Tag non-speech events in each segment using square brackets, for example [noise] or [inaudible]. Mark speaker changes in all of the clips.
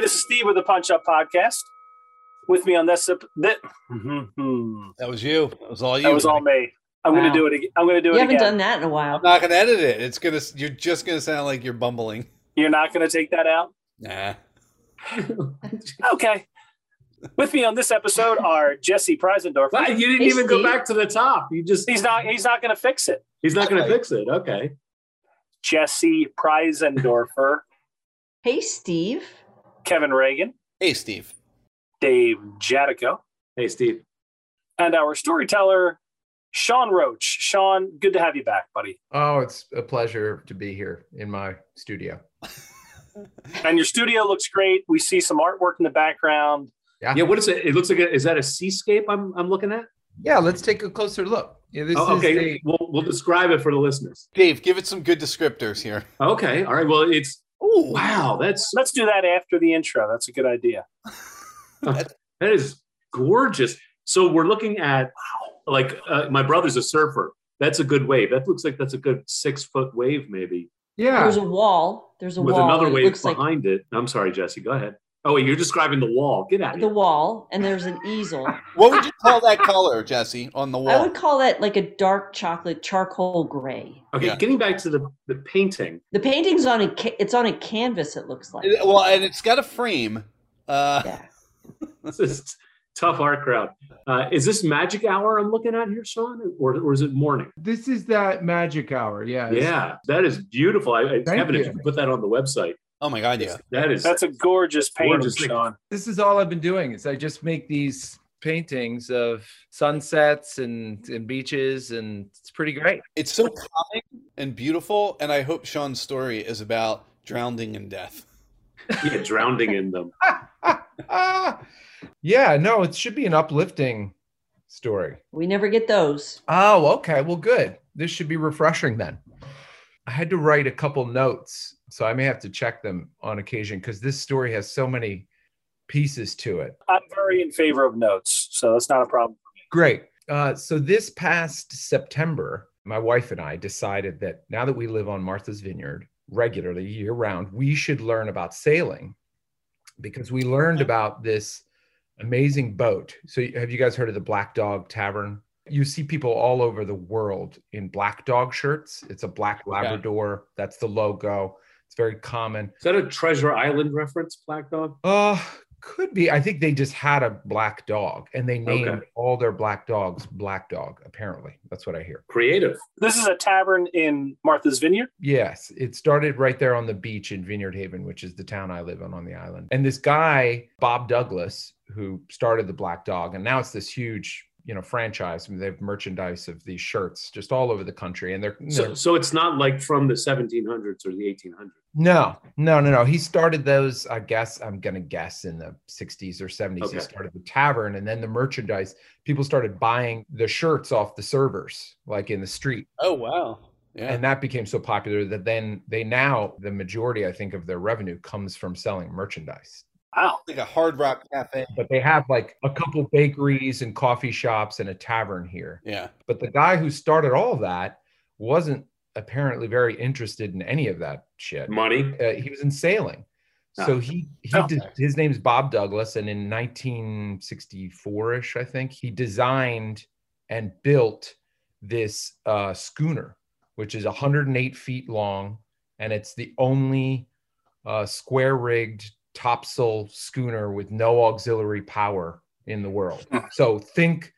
Speaker 1: this is Steve with the Punch Up Podcast. With me on this, that,
Speaker 2: That was you. That was all you.
Speaker 1: that was all me. I'm going
Speaker 3: Wow.
Speaker 1: to do it. ag- I'm going to do
Speaker 3: You
Speaker 1: it
Speaker 3: haven't
Speaker 1: again.
Speaker 3: done that in a while.
Speaker 2: I'm not gonna edit it. It's gonna. You're just gonna sound like you're bumbling.
Speaker 1: You're not going to take that out.
Speaker 2: Nah.
Speaker 1: Okay. With me on this episode are Jesse Preisendorf.
Speaker 4: Wow, you didn't
Speaker 3: Hey,
Speaker 4: even go
Speaker 3: Steve.
Speaker 4: back to the top. You just
Speaker 1: He's not. He's not going to fix it.
Speaker 4: he's not going
Speaker 2: Okay.
Speaker 4: to fix it. Okay.
Speaker 1: Jesse Preisendorfer,
Speaker 3: hey, Steve.
Speaker 1: Kevin Reagan,
Speaker 2: Hey, Steve.
Speaker 1: Dave Jadico,
Speaker 4: Hey Steve.
Speaker 1: and our storyteller Sean Roach. Sean, good to have you back, buddy.
Speaker 5: Oh, it's a pleasure to be here in my studio.
Speaker 1: And your studio looks great. We see some artwork in the background.
Speaker 4: Yeah, what is it? It looks like a, is that a seascape I'm I'm looking at?
Speaker 5: Yeah, let's take a closer look. Yeah, this
Speaker 4: Oh,
Speaker 5: is
Speaker 4: okay,
Speaker 5: a-
Speaker 4: we'll we'll describe it for the listeners.
Speaker 2: Dave, give it some good descriptors here.
Speaker 4: Okay, all right. Well, it's
Speaker 2: Ooh,
Speaker 4: wow. That's
Speaker 1: Let's do that after the intro. That's a good idea.
Speaker 4: that is gorgeous. So we're looking at like uh, my brother's a surfer. That's a good wave. That looks like that's a good six foot wave maybe
Speaker 5: yeah.
Speaker 3: There's a wall. There's a
Speaker 4: with
Speaker 3: wall.
Speaker 4: another
Speaker 3: It
Speaker 4: wave
Speaker 3: looks like
Speaker 4: behind it. I'm sorry, Jesse. Go ahead. Oh wait, you're describing the wall. Get out of
Speaker 3: the
Speaker 4: here.
Speaker 3: wall, and there's an easel.
Speaker 2: what would you call that color, Jesse, on the
Speaker 3: I
Speaker 2: wall?
Speaker 3: would call that like a dark chocolate charcoal gray.
Speaker 4: Okay,
Speaker 2: Yeah.
Speaker 4: getting back to the the painting.
Speaker 3: The painting's on a ca- it's on a canvas. It looks like.
Speaker 2: It- well, and it's got a frame. Uh,
Speaker 3: Yeah.
Speaker 4: this is tough art crowd. Uh, is this magic hour I'm looking at here, Sean, or, or is it morning?
Speaker 5: This is that magic hour. Yeah. it's-
Speaker 4: Yeah, that is beautiful. I, I
Speaker 5: Thank
Speaker 4: Kevin, if
Speaker 5: you.
Speaker 4: you could put that on the website,
Speaker 2: Oh my God, yeah.
Speaker 4: that is
Speaker 1: That's a gorgeous painting,
Speaker 4: Gorgeous thing.
Speaker 1: Sean.
Speaker 5: This is all I've been doing is I just make these paintings of sunsets and, and beaches and it's
Speaker 4: [laughs]
Speaker 5: pretty great.
Speaker 2: It's so calming and beautiful, and I hope Sean's story is about drowning in death.
Speaker 4: yeah, drowning in them.
Speaker 5: Ah, yeah, no, it should be an uplifting story.
Speaker 3: We never get those.
Speaker 5: Oh, okay. Well, good. This should be refreshing then. I had to write a couple notes, so I may have to check them on occasion because this story has so many pieces to it.
Speaker 1: I'm very in favor of notes, so that's not a problem.
Speaker 5: Great. Uh, so this past September, my wife and I decided that now that we live on Martha's Vineyard regularly year round, we should learn about sailing because we learned about this amazing boat. So have you guys heard of the Black Dog Tavern? You see people all over the world in black dog shirts. It's a black Labrador. That's the logo. It's very common.
Speaker 4: Is that a Treasure Island reference, Black Dog?
Speaker 5: Uh, could be. I think they just had a black dog and they named
Speaker 4: Okay.
Speaker 5: all their black dogs black dog, apparently. That's what I hear.
Speaker 4: Creative.
Speaker 1: This is a tavern in Martha's Vineyard.
Speaker 5: Yes, it started right there on the beach in Vineyard Haven, which is the town I live in on the island. And this guy, Bob Douglas, who started the Black Dog, and now it's this huge, you know, franchise. I mean, they have merchandise of these shirts just all over the country. And they're,
Speaker 4: So,
Speaker 5: they're-
Speaker 4: so it's not like from the 1700s or the 1800s.
Speaker 5: no, no, no, no. He started those, I guess, I'm going to guess in the 60s or 70s.
Speaker 4: Okay.
Speaker 5: He started the tavern and then the merchandise. People started buying the shirts off the servers, like in the street.
Speaker 2: Oh wow. Yeah.
Speaker 5: and that became so popular that then they now the majority i think of their revenue comes from selling merchandise
Speaker 1: Wow.
Speaker 2: like a hard rock cafe.
Speaker 5: but they have like a couple bakeries and coffee shops and a tavern here
Speaker 2: Yeah.
Speaker 5: but the guy who started all that wasn't apparently very interested in any of that shit
Speaker 4: Money.
Speaker 5: uh, he was in sailing so he, he
Speaker 1: Oh.
Speaker 5: did, his name's bob douglas and in 1964ish i think he designed and built this uh, schooner which is 108 feet long and it's the only uh, square rigged topsail schooner with no auxiliary power in the world so think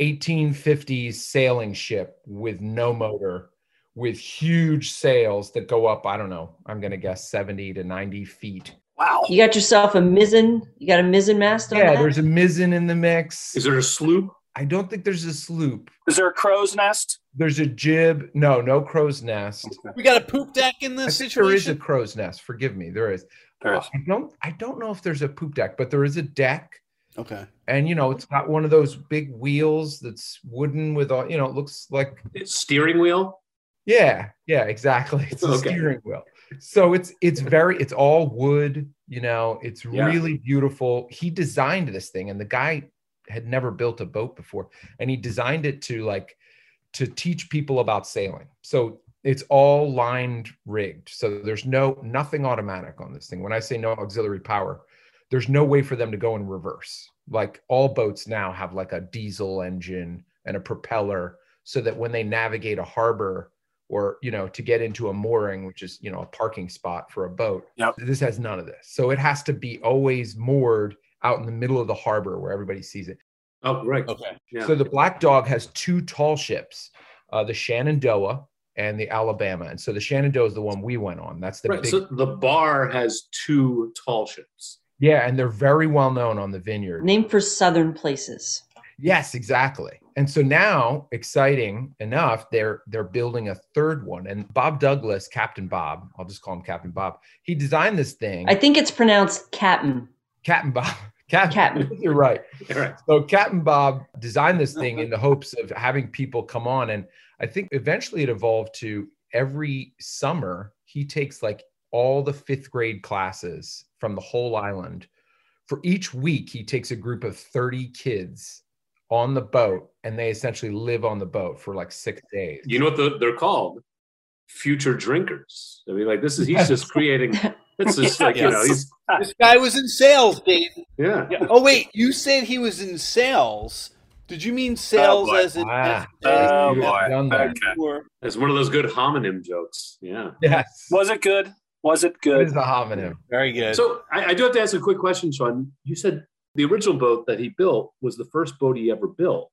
Speaker 5: 1850s sailing ship with no motor with huge sails that go up, I don't know, I'm going to guess 70 to 90 feet.
Speaker 1: Wow.
Speaker 3: You got yourself a mizzen. You got a mizzen mast on
Speaker 5: Yeah,
Speaker 3: that?
Speaker 5: there's a mizzen in the mix.
Speaker 4: Is there a sloop?
Speaker 5: I don't think there's a sloop.
Speaker 1: Is there a crow's nest?
Speaker 5: There's a jib. No, no crow's nest.
Speaker 2: We got a poop deck in
Speaker 5: I
Speaker 2: this
Speaker 5: think there is a
Speaker 2: situation.
Speaker 5: crow's nest. Forgive me. There is.
Speaker 1: There is.
Speaker 5: I don't I don't know if there's a poop deck, but there is a deck.
Speaker 2: okay.
Speaker 5: And you know, it's got one of those big wheels that's wooden with all you know, it looks like
Speaker 4: It's steering wheel?
Speaker 5: Yeah, yeah, exactly. [laughs] It's a
Speaker 4: Okay.
Speaker 5: steering wheel. So it's it's very it's all wood, you know, it's
Speaker 4: Yeah.
Speaker 5: really beautiful. He designed this thing and the guy had never built a boat before and he designed it to like to teach people about sailing. So it's all lined rigged so there's no nothing automatic on this thing when i say no auxiliary power there's no way for them to go in reverse like all boats now have like a diesel engine and a propeller so that when they navigate a harbor or you know to get into a mooring which is you know a parking spot for a boat
Speaker 1: Yep.
Speaker 5: this has none of this so it has to be always moored out in the middle of the harbor where everybody sees it
Speaker 4: Oh, right.
Speaker 2: Okay.
Speaker 4: Yeah.
Speaker 5: so the Black Dog has two tall ships, uh, the Shenandoah and the Alabama. And so the Shenandoah is the one we went on. That's the
Speaker 4: right.
Speaker 5: big,
Speaker 4: So the bar has two tall ships.
Speaker 5: yeah, and they're very well known on the vineyard.
Speaker 3: Named for southern places.
Speaker 5: Yes, exactly. And so now, exciting enough, they're they're building a third one. And Bob Douglas, Captain Bob, I'll just call him Captain Bob. He designed this thing,
Speaker 3: I think it's pronounced Cap'n.
Speaker 5: Captain Bob. [laughs] Captain,
Speaker 3: Cap'n.
Speaker 5: you're right.
Speaker 4: All right.
Speaker 5: So Captain Bob designed this thing in the hopes of having people come on. And I think eventually it evolved to every summer, he takes like all the fifth grade classes from the whole island. For each week, he takes a group of 30 kids on the boat and they essentially live on the boat for like six days.
Speaker 4: You know what the, they're called? Future drinkers. I mean, like this is he's
Speaker 5: Yes.
Speaker 4: just creating. This is like you know
Speaker 1: Yes.
Speaker 4: he's
Speaker 2: This guy was in sales, Dave.
Speaker 4: yeah.
Speaker 2: Oh wait, you said he was in sales. Did you mean sales
Speaker 1: boy.
Speaker 2: as in?
Speaker 5: Ah.
Speaker 1: Oh, boy.
Speaker 5: Done that.
Speaker 1: Okay.
Speaker 2: Or-
Speaker 4: It's one of those good homonym jokes. Yeah.
Speaker 5: Yes.
Speaker 1: Was it good? Was it
Speaker 5: What is
Speaker 1: good?
Speaker 5: the homonym?
Speaker 2: Very good.
Speaker 4: So I, I do have to ask a quick question, Sean. You said the original boat that he built was the first boat he ever built,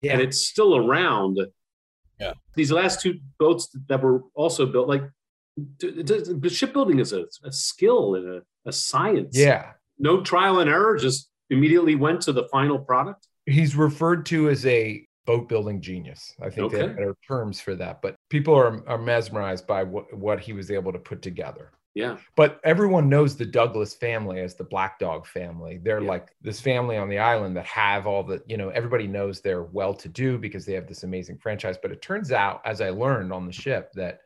Speaker 5: Yeah.
Speaker 4: and it's still around.
Speaker 2: Yeah.
Speaker 4: These last two boats that were also built, like d- d- d- shipbuilding is a, a skill and a, a science.
Speaker 5: yeah.
Speaker 4: No trial and error, just immediately went to the final product.
Speaker 5: he's referred to as a boat building genius. I think they
Speaker 4: Okay.
Speaker 5: have better terms for that, but people are, are mesmerized by what, what he was able to put together.
Speaker 4: Yeah.
Speaker 5: But everyone knows the Douglas family as the Black Dog family. They're
Speaker 4: Yeah.
Speaker 5: like this family on the island that have all the, you know, everybody knows they're well to do because they have this amazing franchise. But it turns out, as I learned on the ship, that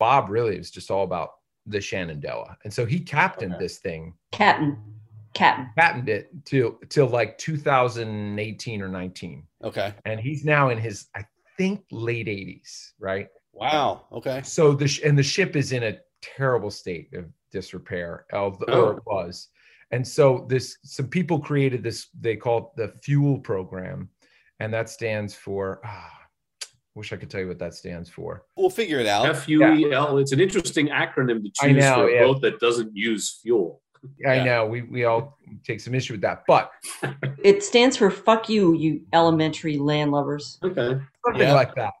Speaker 5: Bob really was just all about the Shenandoah. And so he captained this thing
Speaker 3: Cap'n. Cap'n.
Speaker 5: patented it till till like 2018 or 19
Speaker 2: okay.
Speaker 5: and he's now in his i think late 80s right
Speaker 2: Wow. Okay.
Speaker 5: so the sh- and the ship is in a terrible state of disrepair although
Speaker 2: Oh.
Speaker 5: or it was and so this some people created this they call it the fuel program and that stands for ah, wish i could tell you what that stands for
Speaker 2: We'll figure it out.
Speaker 4: F U E L. It's an interesting acronym to
Speaker 5: I
Speaker 4: choose
Speaker 5: know,
Speaker 4: for a
Speaker 5: yeah.
Speaker 4: boat that doesn't use fuel.
Speaker 5: i
Speaker 2: Yeah.
Speaker 5: know we, we all take some issue with that but
Speaker 3: It stands for fuck you, you elementary landlubbers.
Speaker 4: Okay.
Speaker 5: something
Speaker 2: Yeah.
Speaker 5: like that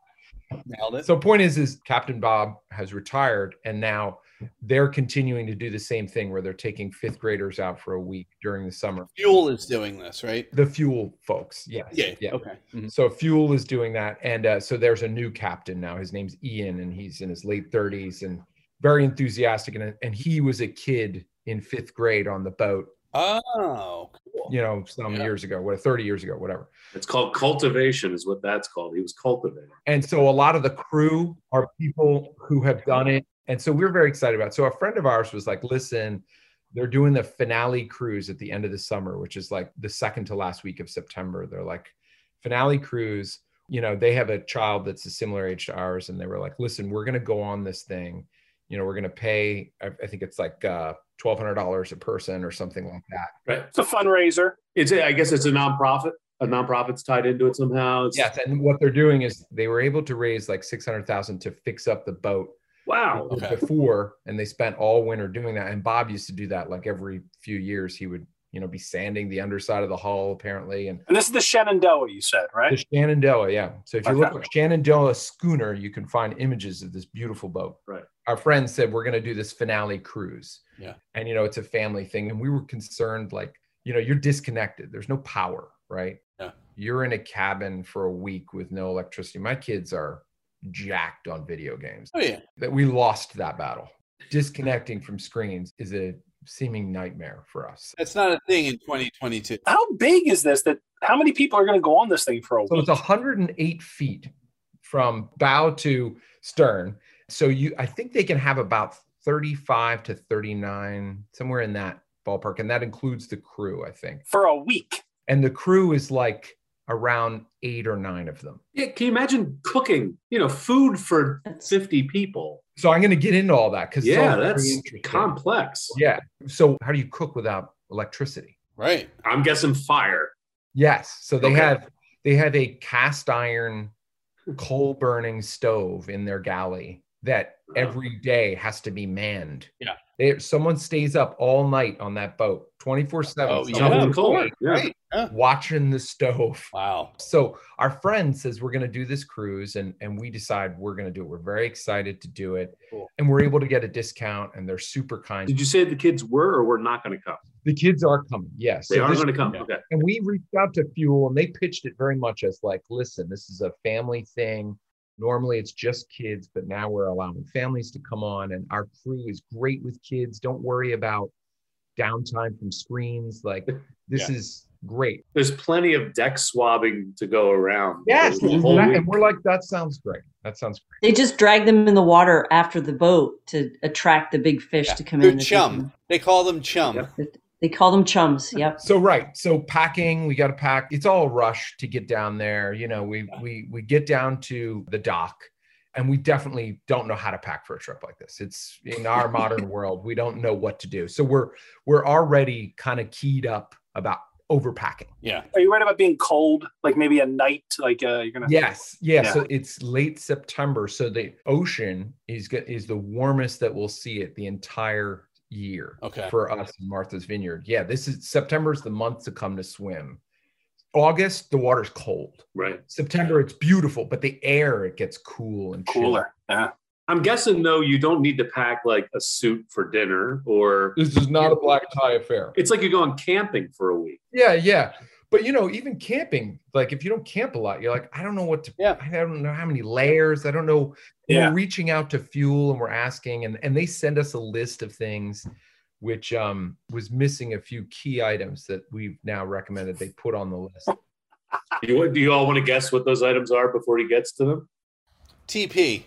Speaker 2: Nailed it.
Speaker 5: So point is, is Captain Bob has retired, and now they're continuing to do the same thing where they're taking fifth graders out for a week during the summer.
Speaker 2: Fuel is doing this, right?
Speaker 5: The fuel folks, yes,
Speaker 2: Yeah.
Speaker 5: yeah.
Speaker 2: Okay. Mhm.
Speaker 5: So fuel is doing that, and uh, so there's a new captain now. His name's Ian, and he's in his late 30s and very enthusiastic. And and he was a kid in fifth grade on the boat,
Speaker 2: Oh, cool.
Speaker 5: you know, some
Speaker 2: Yeah.
Speaker 5: years ago, what 30 years ago, whatever.
Speaker 4: It's called cultivation, is what that's called. He was cultivating.
Speaker 5: And so a lot of the crew are people who have done it. And so we are very excited about it. So a friend of ours was like, listen, they're doing the finale cruise at the end of the summer, which is like the second to last week of September. They're like, finale cruise, you know, they have a child that's a similar age to ours. And they were like, listen, we're going to go on this thing. You know, we're going to pay, I, I think it's like uh, $1,200 a person or something like that.
Speaker 4: Right.
Speaker 1: It's a fundraiser.
Speaker 4: It's a, I guess it's a nonprofit. A nonprofit's tied into it somehow. It's,
Speaker 5: Yes. And what they're doing is they were able to raise like 600,000 to fix up the boat
Speaker 4: Wow.
Speaker 5: did
Speaker 2: Okay.
Speaker 5: before and they spent all winter doing that and bob used to do that like every few years he would you know be sanding the underside of the hull apparently and
Speaker 1: And this is the Shenandoah, you said, right?
Speaker 5: the shenandoah yeah so if you look
Speaker 1: Okay.
Speaker 5: up shenandoah schooner you can find images of this beautiful boat
Speaker 4: Right.
Speaker 5: our friend said we're going to do this finale cruise
Speaker 2: Yeah.
Speaker 5: and you know it's a family thing and we were concerned like you know you're disconnected there's no power right
Speaker 2: Yeah.
Speaker 5: you're in a cabin for a week with no electricity my kids are jacked on video games
Speaker 2: Oh yeah.
Speaker 5: that we lost that battle. Disconnecting from screens is a seeming nightmare for us.
Speaker 2: That's not a thing in 2022.
Speaker 1: How big is this? That how many people are going to go on this thing for a
Speaker 5: So it's
Speaker 1: week?
Speaker 5: 108 feet from bow to stern. So you, I think they can have about 35 to 39, somewhere in that ballpark, and that includes the crew, I think.
Speaker 1: For a week.
Speaker 5: And the crew is like around eight or nine of them.
Speaker 4: Yeah, can you imagine cooking, you know, food for
Speaker 3: That's-
Speaker 4: 50 people?
Speaker 5: So I'm going to get into all that because
Speaker 4: Yeah, that's complex.
Speaker 5: yeah. So how do you cook without electricity?
Speaker 2: Right.
Speaker 4: I'm guessing fire.
Speaker 5: Yes. So they
Speaker 4: Okay.
Speaker 5: have they have a cast iron coal burning stove in their galley that
Speaker 2: Uh-huh.
Speaker 5: every day has to be manned.
Speaker 1: Yeah.
Speaker 5: They, someone stays up all night on that boat, 24/7.
Speaker 2: Oh, yeah.
Speaker 5: someone's
Speaker 4: Jonathan Cole.
Speaker 5: awake
Speaker 4: Yeah.
Speaker 2: Right. Yeah.
Speaker 5: watching the stove.
Speaker 2: Wow.
Speaker 5: So our friend says we're going to do this cruise, and and we decide we're going to do it. We're very excited to do it,
Speaker 2: Cool.
Speaker 5: and we're able to get a discount, and they're super kind.
Speaker 4: Did you say the kids were or were not going to come?
Speaker 5: the kids are coming, yes.
Speaker 4: They
Speaker 5: So
Speaker 4: aren't
Speaker 5: this-
Speaker 4: going to come.
Speaker 2: yeah.
Speaker 4: Okay.
Speaker 5: and we reached out to Fuel, and they pitched it very much as like, listen, this is a family thing. Normally it's just kids, but now we're allowing families to come on, and our crew is great with kids. Don't worry about downtime from screens. Like this is great.
Speaker 4: There's plenty of deck swabbing to go around.
Speaker 5: Yes,
Speaker 4: The whole
Speaker 5: exactly.
Speaker 4: week.
Speaker 5: and we're like, that sounds great. That sounds great.
Speaker 3: They just drag them in the water after the boat to attract the big fish
Speaker 2: Yeah.
Speaker 3: to come
Speaker 2: They're
Speaker 3: in. and eat
Speaker 2: chum. They call them chum.
Speaker 4: Yeah.
Speaker 3: them. They call them
Speaker 2: [laughs]
Speaker 3: chums. Yep.
Speaker 5: So right, so packing, we got to pack. It's all rush to get down there. You know, we we we get down to the dock, and we definitely don't know how to pack for a trip like this. It's in our modern world, we don't know what to do. So we're we're already kind of keyed up about overpacking.
Speaker 2: Yeah.
Speaker 1: Are you worried about being cold? Like maybe a night? Like uh, you're gonna.
Speaker 5: Yes, yeah,
Speaker 1: Yeah.
Speaker 5: So it's late September, so the ocean is go- is the warmest that we'll see it the entire year.
Speaker 2: Okay.
Speaker 5: for us in Martha's Vineyard. Yeah, this is September's the month to come to swim. August, the water's cold.
Speaker 4: Right.
Speaker 5: September, it's beautiful, but the air it gets cool and chilly.
Speaker 1: Cooler. Yeah.
Speaker 4: I'm guessing, though, you don't need to pack like a suit for dinner or
Speaker 5: This is not a black tie affair.
Speaker 4: it's like you're going camping for a week.
Speaker 5: Yeah, yeah. But you know, even camping, like if you don't camp a lot, you're like, I don't know what to.
Speaker 2: Yeah.
Speaker 5: I don't know how many layers. I don't know. And
Speaker 1: Yeah.
Speaker 5: We're reaching out to fuel and we're asking, and and they send us a list of things, which um was missing a few key items that we've now recommended they put on the list. Ah.
Speaker 4: Do you, do you all want to guess what those items are before he gets to them?
Speaker 2: TP.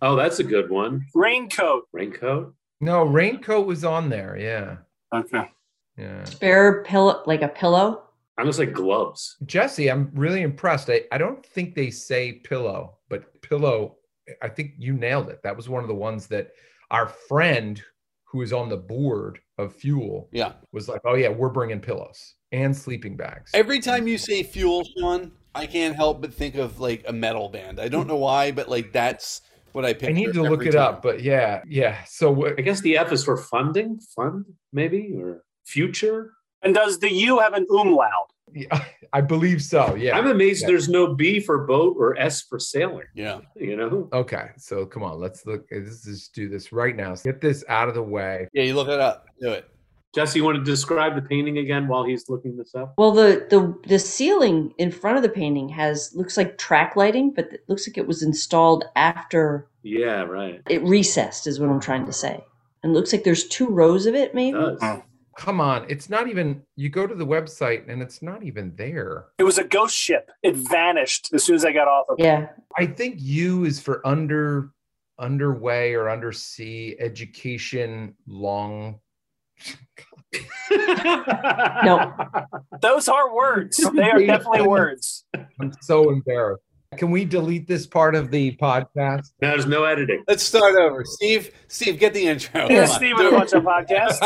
Speaker 4: Oh, that's a good one.
Speaker 1: Raincoat.
Speaker 4: Raincoat.
Speaker 5: No, raincoat was on there. Yeah.
Speaker 1: Okay.
Speaker 5: Yeah.
Speaker 3: Spare pillow, like a pillow.
Speaker 4: I'm gonna say gloves.
Speaker 5: Jesse, I'm really impressed. I, I don't think they say pillow, but pillow, I think you nailed it. That was one of the ones that our friend who is on the board of fuel
Speaker 2: Yeah.
Speaker 5: was like, oh, yeah, we're bringing pillows and sleeping bags.
Speaker 2: Every time you say fuel, Sean, I can't help but think of like a metal band. I don't know why, but like that's what I pick.
Speaker 5: I need to look it up, but yeah, yeah. So, wh-
Speaker 4: I guess the F is for funding, fund maybe, or future.
Speaker 1: And does the U have an umlaut?
Speaker 5: [laughs] I believe so. Yeah.
Speaker 4: I'm amazed
Speaker 5: Yeah.
Speaker 4: there's no B for boat or S for sailing.
Speaker 2: Yeah.
Speaker 4: You know,
Speaker 5: okay. So, come on. Let's look. Let's just do this right now. Get this out of the way.
Speaker 2: Yeah. You look it up. Do it.
Speaker 4: Jesse, you want to describe the painting again while he's looking this up?
Speaker 3: Well, the the the ceiling in front of the painting has looks like track lighting, but it looks like it was installed after
Speaker 4: Yeah, right.
Speaker 3: it recessed. Is what I'm trying to say. And it looks like there's two rows of it,
Speaker 4: It
Speaker 2: Oh,
Speaker 3: maybe.
Speaker 4: does.
Speaker 1: Mm.
Speaker 5: Come on. It's not even, you go to the website and it's not even there.
Speaker 1: It was a ghost ship. It vanished as soon as I got off of it.
Speaker 3: Yeah,
Speaker 5: I think U is for under underway or undersea education long
Speaker 4: [laughs]
Speaker 3: No.
Speaker 1: Those are words. They are definitely words.
Speaker 5: I'm so embarrassed. Can we delete this part of the podcast?
Speaker 4: Now there's no editing.
Speaker 2: Let's start over. Steve, Steve, get the intro.
Speaker 1: Yeah,
Speaker 2: Come on,
Speaker 1: Steve
Speaker 2: do
Speaker 1: and
Speaker 2: it.
Speaker 1: a bunch of
Speaker 5: [laughs]
Speaker 1: podcasts.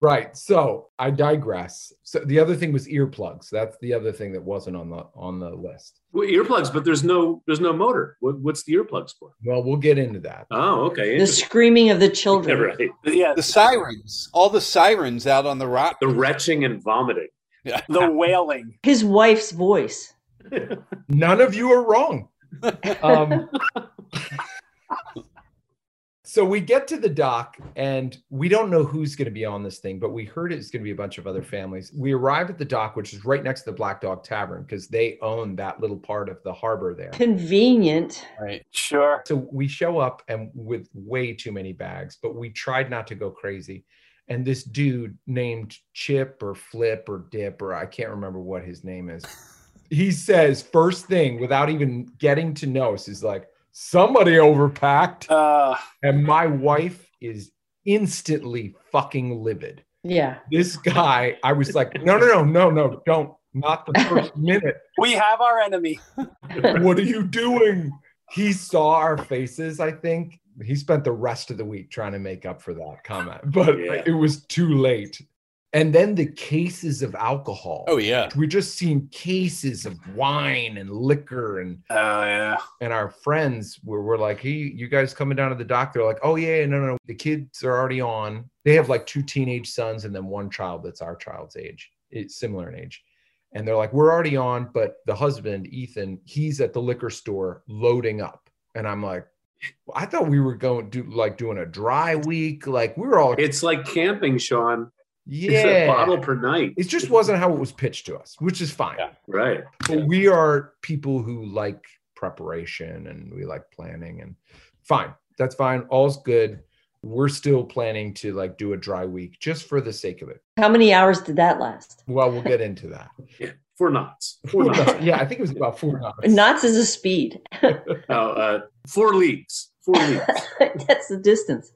Speaker 5: right. So I digress. So the other thing was earplugs. That's the other thing that wasn't on the on the list.
Speaker 4: Well, earplugs, but there's no there's no motor. What, what's the earplugs for?
Speaker 5: Well, we'll get into that.
Speaker 4: Oh, okay.
Speaker 3: the
Speaker 4: interesting.
Speaker 3: screaming of the
Speaker 4: Yeah,
Speaker 3: children.
Speaker 4: right.
Speaker 1: Yeah.
Speaker 2: The sirens, all the sirens out on the rock.
Speaker 4: The retching and vomiting.
Speaker 1: The wailing.
Speaker 3: His wife's voice.
Speaker 5: None of you are wrong. Um, so we get to the dock and we don't know who's going to be on this thing, but we heard it's going to be a bunch of other families. We arrive at the dock, which is right next to the Black Dog Tavern because they own that little part of the harbor there.
Speaker 3: Convenient.
Speaker 2: Right.
Speaker 1: Sure.
Speaker 5: So we show up and with way too many bags, but we tried not to go crazy. And this dude named Chip or Flip or Dip or I can't remember what his name is. He says first thing without even getting to know us is like somebody overpacked,
Speaker 1: Uh,
Speaker 5: and my wife is instantly fucking livid.
Speaker 3: Yeah.
Speaker 5: This guy, I was like, no, no, no, no, no, don't, not the first minute.
Speaker 1: We have our enemy.
Speaker 5: What are you doing? He saw our faces, I think. He spent the rest of the week trying to make up for that comment, but
Speaker 4: Yeah.
Speaker 5: it was too late. And then the cases of alcohol.
Speaker 2: Oh yeah.
Speaker 5: We're just seeing cases of wine and liquor and
Speaker 1: Oh yeah.
Speaker 5: and our friends were, were like, hey, you guys coming down to the doc? They're like, oh, yeah, no, no, no. The kids are already on. They have like two teenage sons and then one child that's our child's age, it's similar in age. And they're like, we're already on, but the husband, Ethan, he's at the liquor store loading up. And I'm like, "Well, I thought we were going to do like doing a dry week. Like we were all,
Speaker 4: It's like camping, Sean. It's a
Speaker 5: yeah.
Speaker 4: bottle per night.
Speaker 5: It just wasn't how it was pitched to us, which is fine.
Speaker 2: Yeah.
Speaker 4: right.
Speaker 5: But we are people who like preparation and we like planning and fine. That's fine. All's good. We're still planning to like do a dry week just for the sake of it.
Speaker 3: How many hours did that last?
Speaker 5: Well, we'll get into that.
Speaker 4: Four knots. Four knots.
Speaker 5: yeah, I think it was about four hours.
Speaker 3: Knots is a speed.
Speaker 4: No, uh, four leagues. Four leagues.
Speaker 3: [laughs] That's the distance.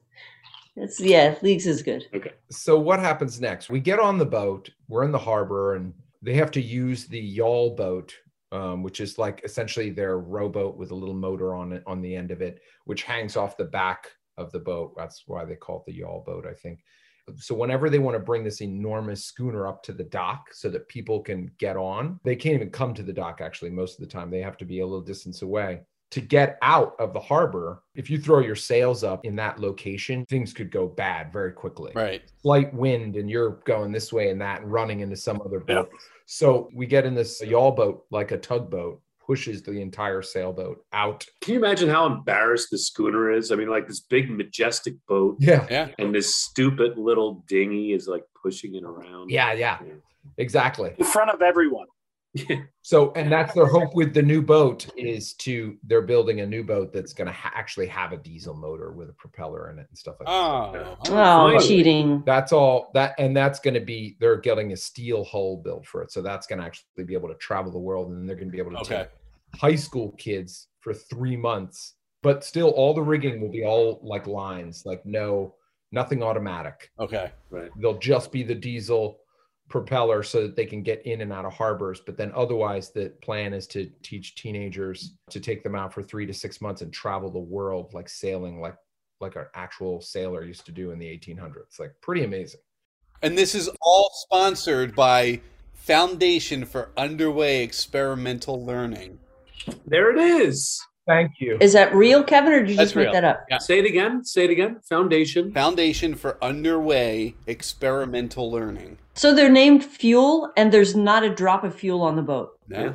Speaker 3: That's yeah, leagues is good.
Speaker 5: so what happens next? We get on the boat. We're in the harbor, and they have to use the yawl boat, um, which is like essentially their rowboat with a little motor on it on the end of it, which hangs off the back of the boat. That's why they call it the yawl boat, I think. So whenever they want to bring this enormous schooner up to the dock so that people can get on, they can't even come to the dock. Actually, most of the time they have to be a little distance away. To get out of the harbor, if you throw your sails up in that location, things could go bad very quickly
Speaker 2: Right.
Speaker 5: slight wind and you're going this way and that and running into some other boat. So we get in this yawl boat like a tugboat pushes the entire sailboat out.
Speaker 4: Can you imagine how embarrassed the schooner is? I mean, like this big majestic boat
Speaker 5: Yeah.
Speaker 2: Yeah.
Speaker 4: and this stupid little dinghy is like pushing it around.
Speaker 5: Yeah, yeah. Exactly.
Speaker 1: In front of everyone.
Speaker 5: So and that's their hope with the new boat is to they're building a new boat that's going to ha- actually have a diesel motor with a propeller in it and stuff like that.
Speaker 2: Oh.
Speaker 3: Oh,
Speaker 4: Finally.
Speaker 3: cheating.
Speaker 5: That's all that, and that's going to be they're getting a steel hull built for it, so that's going to actually be able to travel the world, and they're going to be able to
Speaker 2: Okay.
Speaker 5: take high school kids for three months, but still all the rigging will be all like lines, like no, nothing automatic.
Speaker 2: Okay.
Speaker 5: They'll just be the diesel propeller so that they can get in and out of harbors, but then otherwise the plan is to teach teenagers to take them out for three to six months and travel the world like sailing, like like an actual sailor used to do in the 1800s, like pretty amazing.
Speaker 2: And this is all sponsored by Foundation for Underway Experimental Learning.
Speaker 4: There it is.
Speaker 5: Thank you.
Speaker 3: Is that real, Kevin, or did you
Speaker 2: That's
Speaker 3: just make
Speaker 2: real.
Speaker 3: that up?
Speaker 2: Yeah.
Speaker 4: Say it again. Say it again. Foundation.
Speaker 2: Foundation for Underway Experimental Learning.
Speaker 3: So they're named fuel, and there's not a drop of fuel on the boat.
Speaker 2: No?
Speaker 4: Yeah.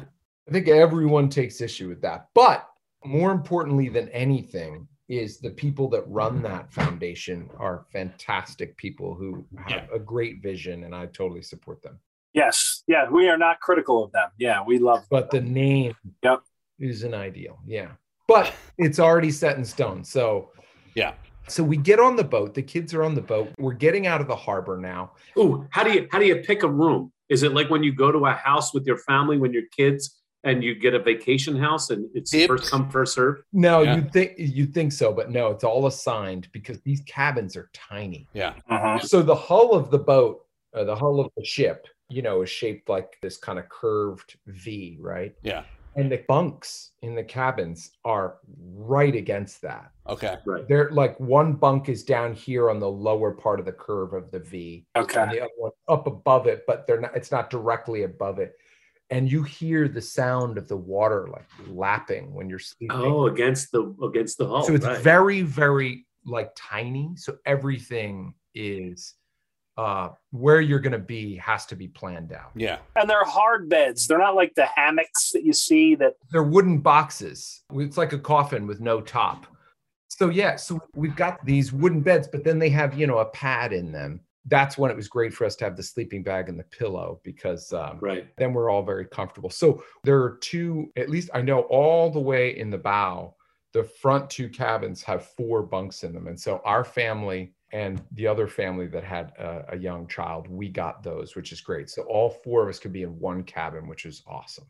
Speaker 5: I think everyone takes issue with that. But more importantly than anything is the people that run that foundation are fantastic people who have a great vision and I totally support them.
Speaker 1: Yes. Yeah. We are not critical of them. Yeah. We love
Speaker 5: But the name
Speaker 1: Yep.
Speaker 5: isn't ideal. Yeah. But it's already set in stone. So
Speaker 2: Yeah.
Speaker 5: So we get on the boat. The kids are on the boat. We're getting out of the harbor now.
Speaker 4: Ooh, how do you how do you pick a room? Is it like when you go to a house with your family when you're kids and you get a vacation house and it's
Speaker 2: Dibs.
Speaker 4: first come first serve?
Speaker 5: No,
Speaker 2: Yeah.
Speaker 5: you think you think so, but no, it's all assigned because these cabins are tiny.
Speaker 1: Mhm.
Speaker 5: So the hull of the boat, uh, the hull of the ship, you know, is shaped like this kind of curved V, right?
Speaker 2: Yeah.
Speaker 5: And the bunks in the cabins are right against that.
Speaker 2: Okay.
Speaker 5: They're like one bunk is down here on the lower part of the curve of the V,
Speaker 1: Okay.
Speaker 5: and the other one up above it, but they're not. It's not directly above it, and you hear the sound of the water like lapping when you're sleeping.
Speaker 4: Oh, against the against the hull.
Speaker 5: so it's
Speaker 4: Oh, right.
Speaker 5: very very like tiny so everything is uh where you're gonna be has to be planned out
Speaker 2: Yeah.
Speaker 1: And they're hard beds. They're not like the hammocks that you see that
Speaker 5: they're wooden boxes it's like a coffin with no top so yeah so we've got these wooden beds but then they have you know a pad in them that's when it was great for us to have the sleeping bag and the pillow because um,
Speaker 4: right.
Speaker 5: then we're all very comfortable. So there are two, at least I know all the way in the bow, the front two cabins have four bunks in them. And so our family and the other family that had a, a young child, we got those, which is great. So all four of us could be in one cabin, which is awesome.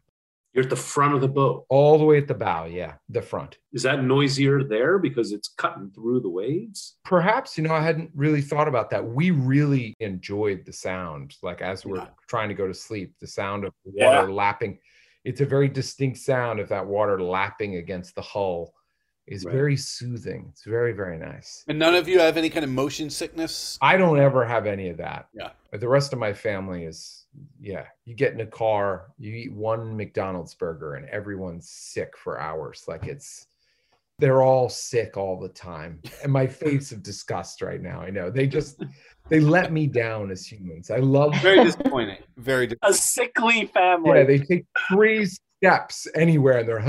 Speaker 4: You're at the front of the boat.
Speaker 5: all the way at the bow. Yeah, the front.
Speaker 4: Is that noisier there because it's cutting through the waves? [laughs]
Speaker 5: Perhaps, you know, I hadn't really thought about that. We really enjoyed the sound, like as we're
Speaker 2: Yeah.
Speaker 5: trying to go to sleep, the sound of
Speaker 1: Yeah.
Speaker 5: water lapping. It's a very distinct sound of that water lapping against the hull is
Speaker 4: Right.
Speaker 5: very soothing. It's very, very nice.
Speaker 2: And none of you have any kind of motion sickness.
Speaker 5: I don't ever have any of that.
Speaker 2: Yeah.
Speaker 5: But The rest of my family is, yeah, you get in a car, you eat one McDonald's burger, and everyone's sick for hours. Like it's, they're all sick all the time. And my face of disgust right now. I know they just, they let me down as humans. I love,
Speaker 2: Very disappointing. Very. Dis-
Speaker 1: A sickly family.
Speaker 5: yeah, they take three steps anywhere and they're,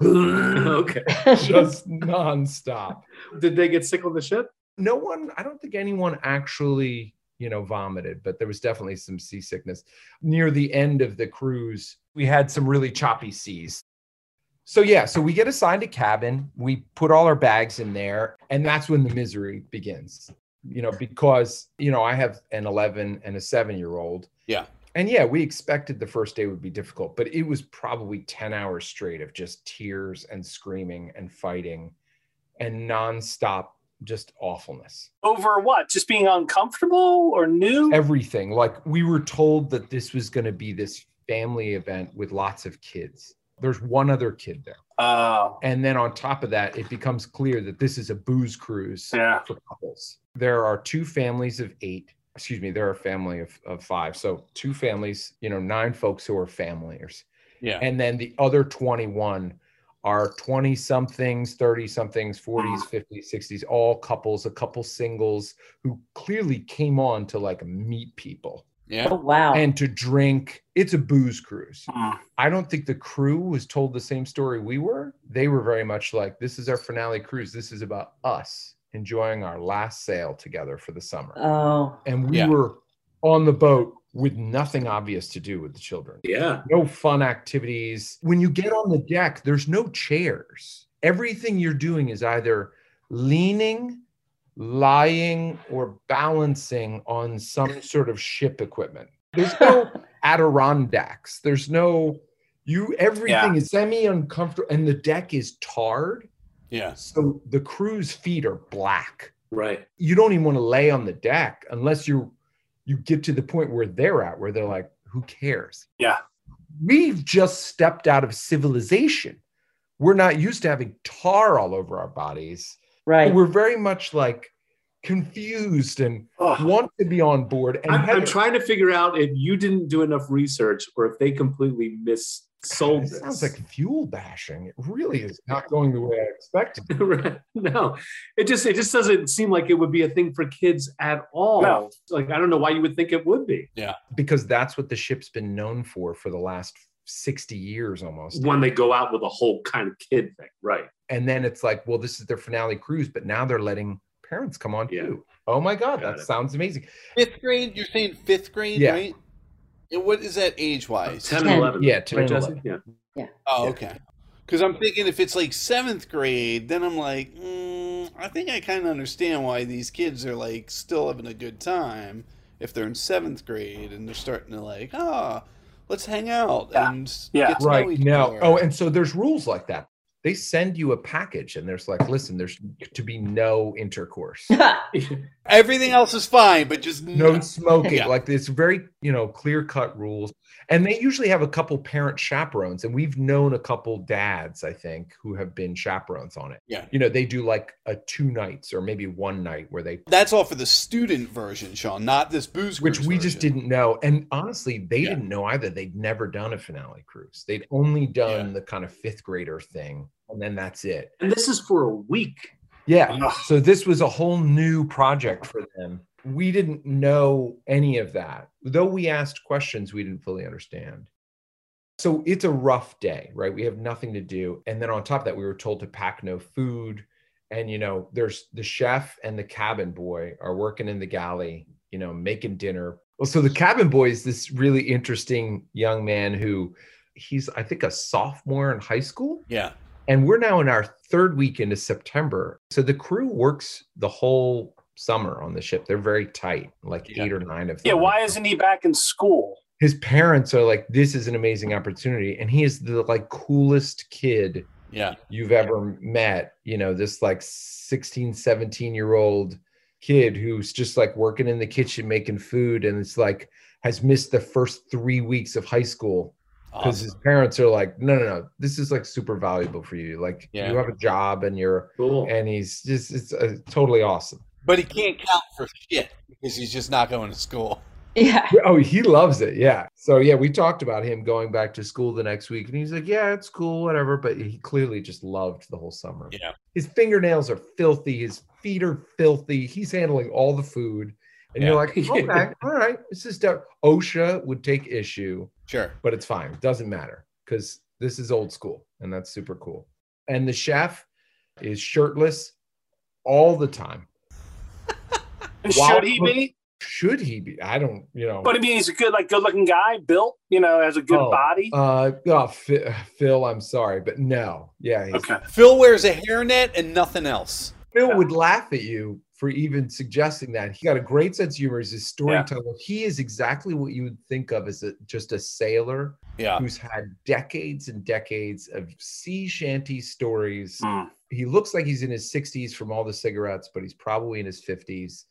Speaker 5: oh,
Speaker 4: okay.
Speaker 5: [laughs] just nonstop.
Speaker 4: Did they get sick on the ship?
Speaker 5: no one i don't think anyone actually you know vomited but there was definitely some seasickness near the end of the cruise we had some really choppy seas so yeah so we get assigned a cabin we put all our bags in there and that's when the misery begins you know because you know i have an 11 and a 7 year old
Speaker 2: Yeah.
Speaker 5: and yeah we expected the first day would be difficult but it was probably 10 hours straight of just tears and screaming and fighting and nonstop just awfulness.
Speaker 1: Over what? Just being uncomfortable or new?
Speaker 5: Everything. Like we were told that this was going to be this family event with lots of kids. There's one other kid there.
Speaker 1: Oh,
Speaker 5: And then on top of that, it becomes clear that this is a booze cruise
Speaker 1: yeah.
Speaker 5: for couples. There are two families of eight. Excuse me, there are a family of, of five. So two families, you know, nine folks who are familiars.
Speaker 2: yeah.
Speaker 5: And then the other 21 are 20 somethings, 30 somethings, 40s, 50s, 60s, all couples, a couple singles who clearly came on to like meet people
Speaker 2: Yeah.
Speaker 3: Oh wow.
Speaker 5: and to drink. It's a booze cruise.
Speaker 1: Mm.
Speaker 5: I don't think the crew was told the same story we were. They were very much like, this is our finale cruise. This is about us enjoying our last sail together for the summer.
Speaker 3: oh.
Speaker 5: and we
Speaker 2: Yeah.
Speaker 5: were on the boat with nothing obvious to do with the children
Speaker 4: Yeah.
Speaker 5: no fun activities. When you get on the deck, there's no chairs. Everything you're doing is either leaning, lying, or balancing on some sort of ship equipment. There's no Adirondacks. There's no you everything is semi uncomfortable and the deck is tarred.
Speaker 2: Yeah.
Speaker 5: So the crew's feet are black
Speaker 4: Right.
Speaker 5: you don't even want to lay on the deck unless you you get to the point where they're at where they're like who cares
Speaker 1: Yeah.
Speaker 5: we've just stepped out of civilization we're not used to having tar all over our bodies
Speaker 3: [laughs] Right.
Speaker 5: we're very much like confused and
Speaker 1: Oh.
Speaker 5: want to be on board and
Speaker 4: I'm, I'm
Speaker 5: Heather-
Speaker 4: trying to figure out if you didn't do enough research or if they completely missold
Speaker 5: it
Speaker 4: this.
Speaker 5: sounds like fuel bashing it really is not going the way i expected
Speaker 4: [laughs] Right. no, it just it just doesn't seem like it would be a thing for kids at all.
Speaker 1: No.
Speaker 4: Like I don't know why you would think it would be
Speaker 5: because that's what the ship's been known for for the last 60 years almost
Speaker 4: when they go out with a whole kind of kid thing, right?
Speaker 5: and then it's like, well, this is their finale cruise, but now they're letting parents come on
Speaker 4: Yeah.
Speaker 5: too. Oh my god,
Speaker 4: Got
Speaker 5: that
Speaker 4: it.
Speaker 5: sounds amazing.
Speaker 2: Fifth grade. You're saying fifth grade,
Speaker 5: Yeah.
Speaker 2: right? And what is that age wise?
Speaker 4: Ten and
Speaker 3: Ten.
Speaker 4: eleven.
Speaker 5: Yeah, 10
Speaker 4: right,
Speaker 5: and
Speaker 4: Jesse?
Speaker 5: 11.
Speaker 4: Yeah.
Speaker 2: Oh,
Speaker 5: Yeah.
Speaker 2: okay. Because I'm thinking if it's like seventh grade, then I'm like, mm, I think I kind of understand why these kids are like still having a good time if they're in seventh grade and they're starting to like, ah, let's hang out
Speaker 1: Yeah.
Speaker 2: and s-
Speaker 1: Yeah.
Speaker 2: get to know
Speaker 5: Right
Speaker 2: each
Speaker 5: now.
Speaker 2: other.
Speaker 5: Oh, and so there's rules like that. They send you a package and there's like, listen, there's to be no intercourse.
Speaker 2: everything else is fine, but just
Speaker 5: No smoking,
Speaker 2: Yeah.
Speaker 5: like it's very, you know, clear cut rules. And they usually have a couple parent chaperones. And we've known a couple dads, I think, who have been chaperones on it.
Speaker 2: Yeah.
Speaker 5: You know, they do like a two nights or maybe one night where they
Speaker 2: That's all for the student version, Sean, not this booze.
Speaker 5: which
Speaker 2: cruise
Speaker 5: we just
Speaker 2: version.
Speaker 5: didn't know. And honestly, they
Speaker 2: Yeah.
Speaker 5: didn't know either. They'd never done a finale cruise. They'd only done the kind of fifth grader thing, and then that's it.
Speaker 4: And this is for a week.
Speaker 5: Yeah.
Speaker 1: Ugh.
Speaker 5: So this was a whole new project for them. We didn't know any of that, though we asked questions we didn't fully understand. So it's a rough day, right? We have nothing to do. And then on top of that, we were told to pack no food. And, you know, there's the chef and the cabin boy are working in the galley, you know, making dinner. Well, so the cabin boy is this really interesting young man who he's, I think, a sophomore in high school.
Speaker 2: Yeah.
Speaker 5: And we're now in our third week into September. So the crew works the whole summer on the ship. They're very tight, like
Speaker 2: Yeah.
Speaker 5: eight or nine of them.
Speaker 1: Yeah. Why isn't he back in school?
Speaker 5: his parents are like, this is an amazing opportunity. And he is the like coolest kid
Speaker 2: Yeah.
Speaker 5: you've ever met you know this like 16 17 year old kid who's just like working in the kitchen making food and it's like has missed the first three weeks of high school because
Speaker 2: Awesome.
Speaker 5: his parents are like no no no this is like super valuable for you like
Speaker 2: Yeah.
Speaker 5: you have a job and you're
Speaker 4: Cool.
Speaker 5: and he's just it's uh, totally awesome
Speaker 2: But he can't count for shit because he's just not going to school.
Speaker 3: [laughs]
Speaker 2: [laughs]
Speaker 3: Yeah.
Speaker 5: oh he loves it yeah so yeah we talked about him going back to school the next week and he's like yeah it's cool whatever but he clearly just loved the whole summer
Speaker 2: Yeah.
Speaker 5: his fingernails are filthy his feet are filthy he's handling all the food and you're like
Speaker 4: Yeah.
Speaker 5: okay all right this is dope. osha would take issue
Speaker 2: Sure.
Speaker 5: but it's fine it doesn't matter because this is old school and that's super cool and the chef is shirtless all the time
Speaker 1: And
Speaker 5: Wow.
Speaker 1: Should he be?
Speaker 5: should he be i don't you know
Speaker 1: But I mean, he's a good, like, good-looking guy, built. You know, has a good
Speaker 5: Oh.
Speaker 1: body.
Speaker 5: Uh, oh, Phi- Phil, I'm sorry, but no, yeah, he's-
Speaker 1: okay.
Speaker 2: Phil wears a hairnet and nothing else.
Speaker 5: Phil would laugh at you for even suggesting that. He got a great sense of humor. He's a storyteller. He is exactly what you would think of as a, just a sailor
Speaker 2: Yeah.
Speaker 5: who's had decades and decades of sea shanty stories.
Speaker 1: Hmm.
Speaker 5: He looks like he's in his 60s from all the cigarettes, but he's probably in his 50s.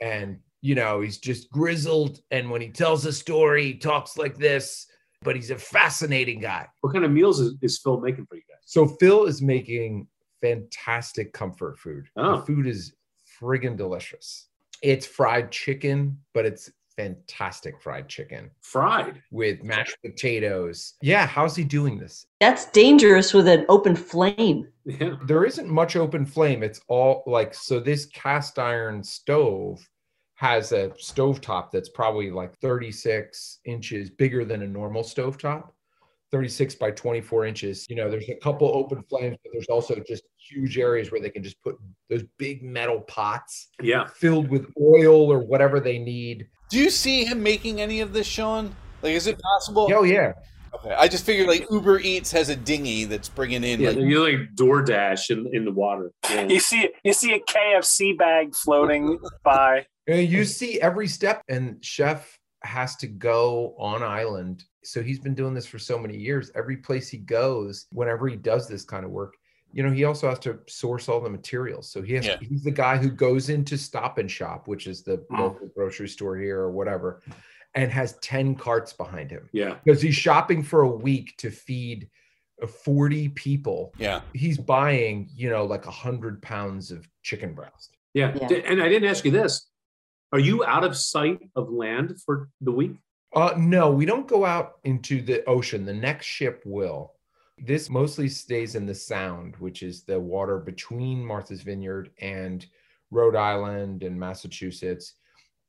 Speaker 5: And, you know, he's just grizzled. And when he tells a story, he talks like this, but he's a fascinating guy.
Speaker 4: What kind of meals is, is Phil making for you guys?
Speaker 5: So Phil is making fantastic comfort food.
Speaker 4: Oh.
Speaker 5: The food is friggin' delicious. It's fried chicken, but it's fantastic fried chicken
Speaker 4: Fried.
Speaker 5: with mashed potatoes. Yeah, how's he doing this?
Speaker 3: That's dangerous with an open flame.
Speaker 4: Yeah.
Speaker 5: There isn't much open flame. It's all like so this cast iron stove has a stovetop that's probably like 36 inches bigger than a normal stovetop. 36 by 24 inches. You know, there's a couple open flames, but there's also just huge areas where they can just put those big metal pots
Speaker 4: Yeah.
Speaker 5: filled with oil or whatever they need.
Speaker 2: Do you see him making any of this, Sean? Like, is it possible?
Speaker 5: Oh yeah.
Speaker 2: Okay. I just figured like Uber Eats has a dinghy that's bringing in.
Speaker 4: Yeah.
Speaker 2: like,
Speaker 4: You're like DoorDash in, in the water. Yeah.
Speaker 1: [laughs] You see, you see a KFC bag floating by.
Speaker 5: And you see every step, and Chef has to go on island. So he's been doing this for so many years. Every place he goes, whenever he does this kind of work, you know, he also has to source all the materials. So he has,
Speaker 2: Yeah.
Speaker 5: he's the guy who goes into Stop and Shop, which is the
Speaker 4: Mm.
Speaker 5: local grocery store here or whatever, and has 10 carts behind him
Speaker 4: yeah.
Speaker 5: because he's shopping for a week to feed uh, 40 people.
Speaker 2: yeah.
Speaker 5: He's buying, you know, like 100 pounds of chicken breast.
Speaker 4: Yeah.
Speaker 3: Yeah.
Speaker 4: D- And I didn't ask you this. Are you out of sight of land for the week?
Speaker 5: Uh, no, we don't go out into the ocean. The next ship will. This mostly stays in the Sound, which is the water between Martha's Vineyard and Rhode Island and Massachusetts.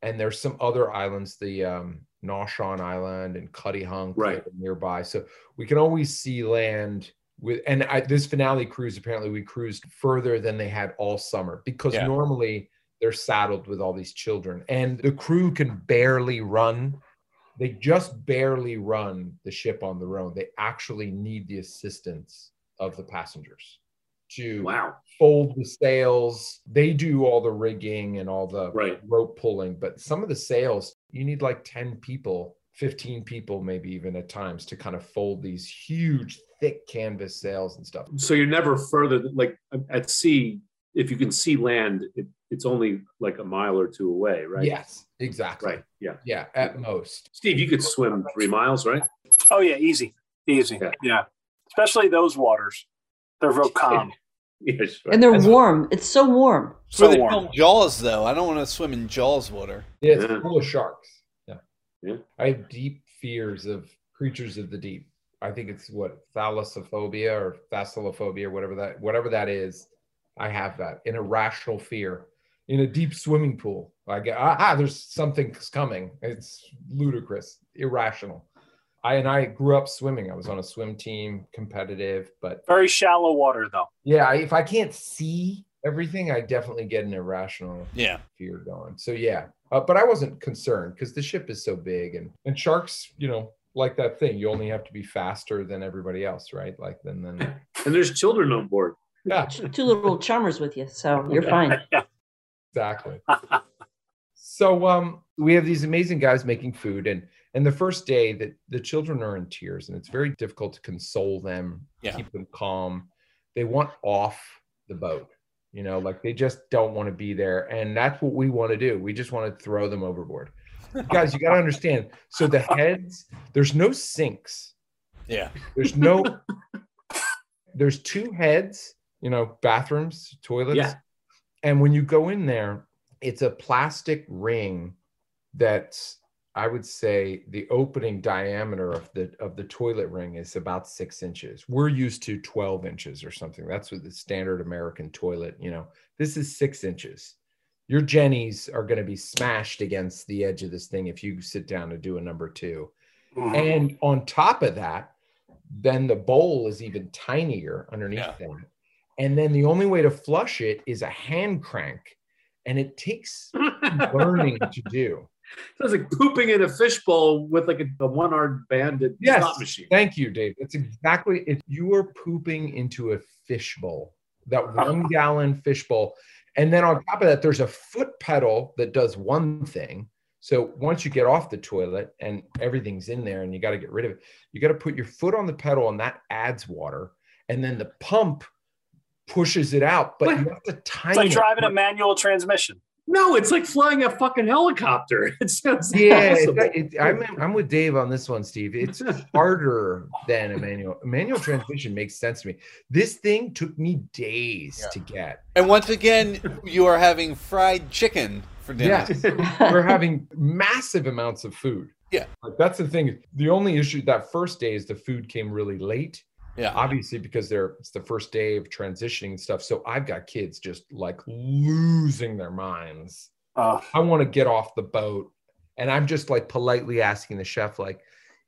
Speaker 5: And there's some other islands, the um, Naushon Island and Cuddy Hunk
Speaker 4: Right.
Speaker 5: that are nearby. So we can always see land with. And I, this finale cruise, apparently, we cruised further than they had all summer because
Speaker 2: Yeah.
Speaker 5: normally they're saddled with all these children, and the crew can barely run they just barely run the ship on their own. They actually need the assistance of the passengers to
Speaker 4: Wow.
Speaker 5: fold the sails. They do all the rigging and all the
Speaker 4: Right.
Speaker 5: rope pulling, but some of the sails, you need like 10 people, 15 people, maybe even at times to kind of fold these huge, thick canvas sails and stuff.
Speaker 4: So you're never further than, like at sea. If you can see land, it, it's only like a mile or two away, right?
Speaker 5: Yes, exactly.
Speaker 4: Right. Yeah.
Speaker 5: Yeah, at most.
Speaker 4: Steve, you could swim three miles, right? [laughs]
Speaker 1: Oh yeah, easy, easy.
Speaker 4: Yeah.
Speaker 1: yeah. especially those waters. They're real calm.
Speaker 4: Yeah, sure.
Speaker 3: And they're warm. It's so warm.
Speaker 1: So
Speaker 2: Where they
Speaker 1: warm.
Speaker 2: film Jaws though. I don't want to swim in Jaws water.
Speaker 5: Yeah, it's
Speaker 4: Yeah.
Speaker 5: full of sharks. Yeah.
Speaker 4: Yeah.
Speaker 5: I have deep fears of creatures of the deep. I think it's what thalassophobia or thalassophobia, whatever that whatever that is. I have that an irrational fear in a deep swimming pool. Like ah, ah, there's something's coming. It's ludicrous, irrational. I and I grew up swimming. I was on a swim team, competitive, but
Speaker 1: Very shallow water though.
Speaker 5: yeah, I, if I can't see everything, I definitely get an irrational
Speaker 2: Yeah.
Speaker 5: fear going. So yeah, uh, but I wasn't concerned because the ship is so big and and sharks, you know, like that thing. You only have to be faster than everybody else, right? Like then then
Speaker 4: And there's children on board. [laughs]
Speaker 5: yeah,
Speaker 3: Two little chummers with you, so you're fine.
Speaker 2: [laughs]
Speaker 5: exactly. So um, we have these amazing guys making food and And the first day that the children are in tears and it's very difficult to console them,
Speaker 2: Yeah.
Speaker 5: keep them calm. They want off the boat, you know, like they just don't want to be there. And that's what we want to do. We just want to throw them overboard. Guys, you got to understand. So
Speaker 2: [laughs]
Speaker 5: the heads, there's no sinks.
Speaker 2: Yeah.
Speaker 5: There's no,
Speaker 2: [laughs]
Speaker 5: there's two heads, you know, bathrooms, toilets.
Speaker 4: Yeah.
Speaker 5: And when you go in there, it's a plastic ring that's, I would say, the opening diameter of the of the toilet ring is about six inches. We're used to 12 inches or something. That's what the standard American toilet, you know, this is six inches. Your jennies are going to be smashed against the edge of this thing if you sit down to do a number two.
Speaker 1: Mm-hmm.
Speaker 5: And on top of that, then the bowl is even tinier underneath
Speaker 2: Yeah.
Speaker 5: that. And then the only way to flush it is a hand crank. And it takes learning to do.
Speaker 4: Sounds like pooping in a fishbowl with like a, a one-armed banded
Speaker 5: Yes.
Speaker 4: slot machine.
Speaker 5: Thank you, Dave. That's exactly it. You are pooping into a fishbowl, that
Speaker 1: [laughs]
Speaker 5: one gallon fishbowl. And then on top of that, there's a foot pedal that does one thing. So once you get off the toilet and everything's in there and you got to get rid of it, you got to put your foot on the pedal and that adds water. And then the pump pushes it out, but you have to time
Speaker 1: It's like
Speaker 5: it.
Speaker 1: driving a manual transmission.
Speaker 4: No, it's like flying a fucking helicopter. [laughs] It sounds
Speaker 1: [laughs]
Speaker 5: yeah, it-
Speaker 4: impossible.
Speaker 5: it- I'm, I'm with Dave on this one, Steve. It's harder than a manual. A manual transmission makes sense to me. This thing took me days
Speaker 2: Yeah.
Speaker 5: to get.
Speaker 2: And once
Speaker 5: [laughs]
Speaker 2: again, you are having fried chicken for dinner.
Speaker 3: [laughs]
Speaker 5: Yes,
Speaker 2: [laughs]
Speaker 5: we're having massive amounts of food.
Speaker 2: Yeah.
Speaker 5: Like, that's the thing. The only issue that first day is the food came really late.
Speaker 2: Yeah.
Speaker 5: Obviously, because they're it's the first day of transitioning and stuff. So I've got kids just like losing their minds.
Speaker 1: Oh.
Speaker 5: I want to get off the boat. And I'm just like politely asking the chef, like,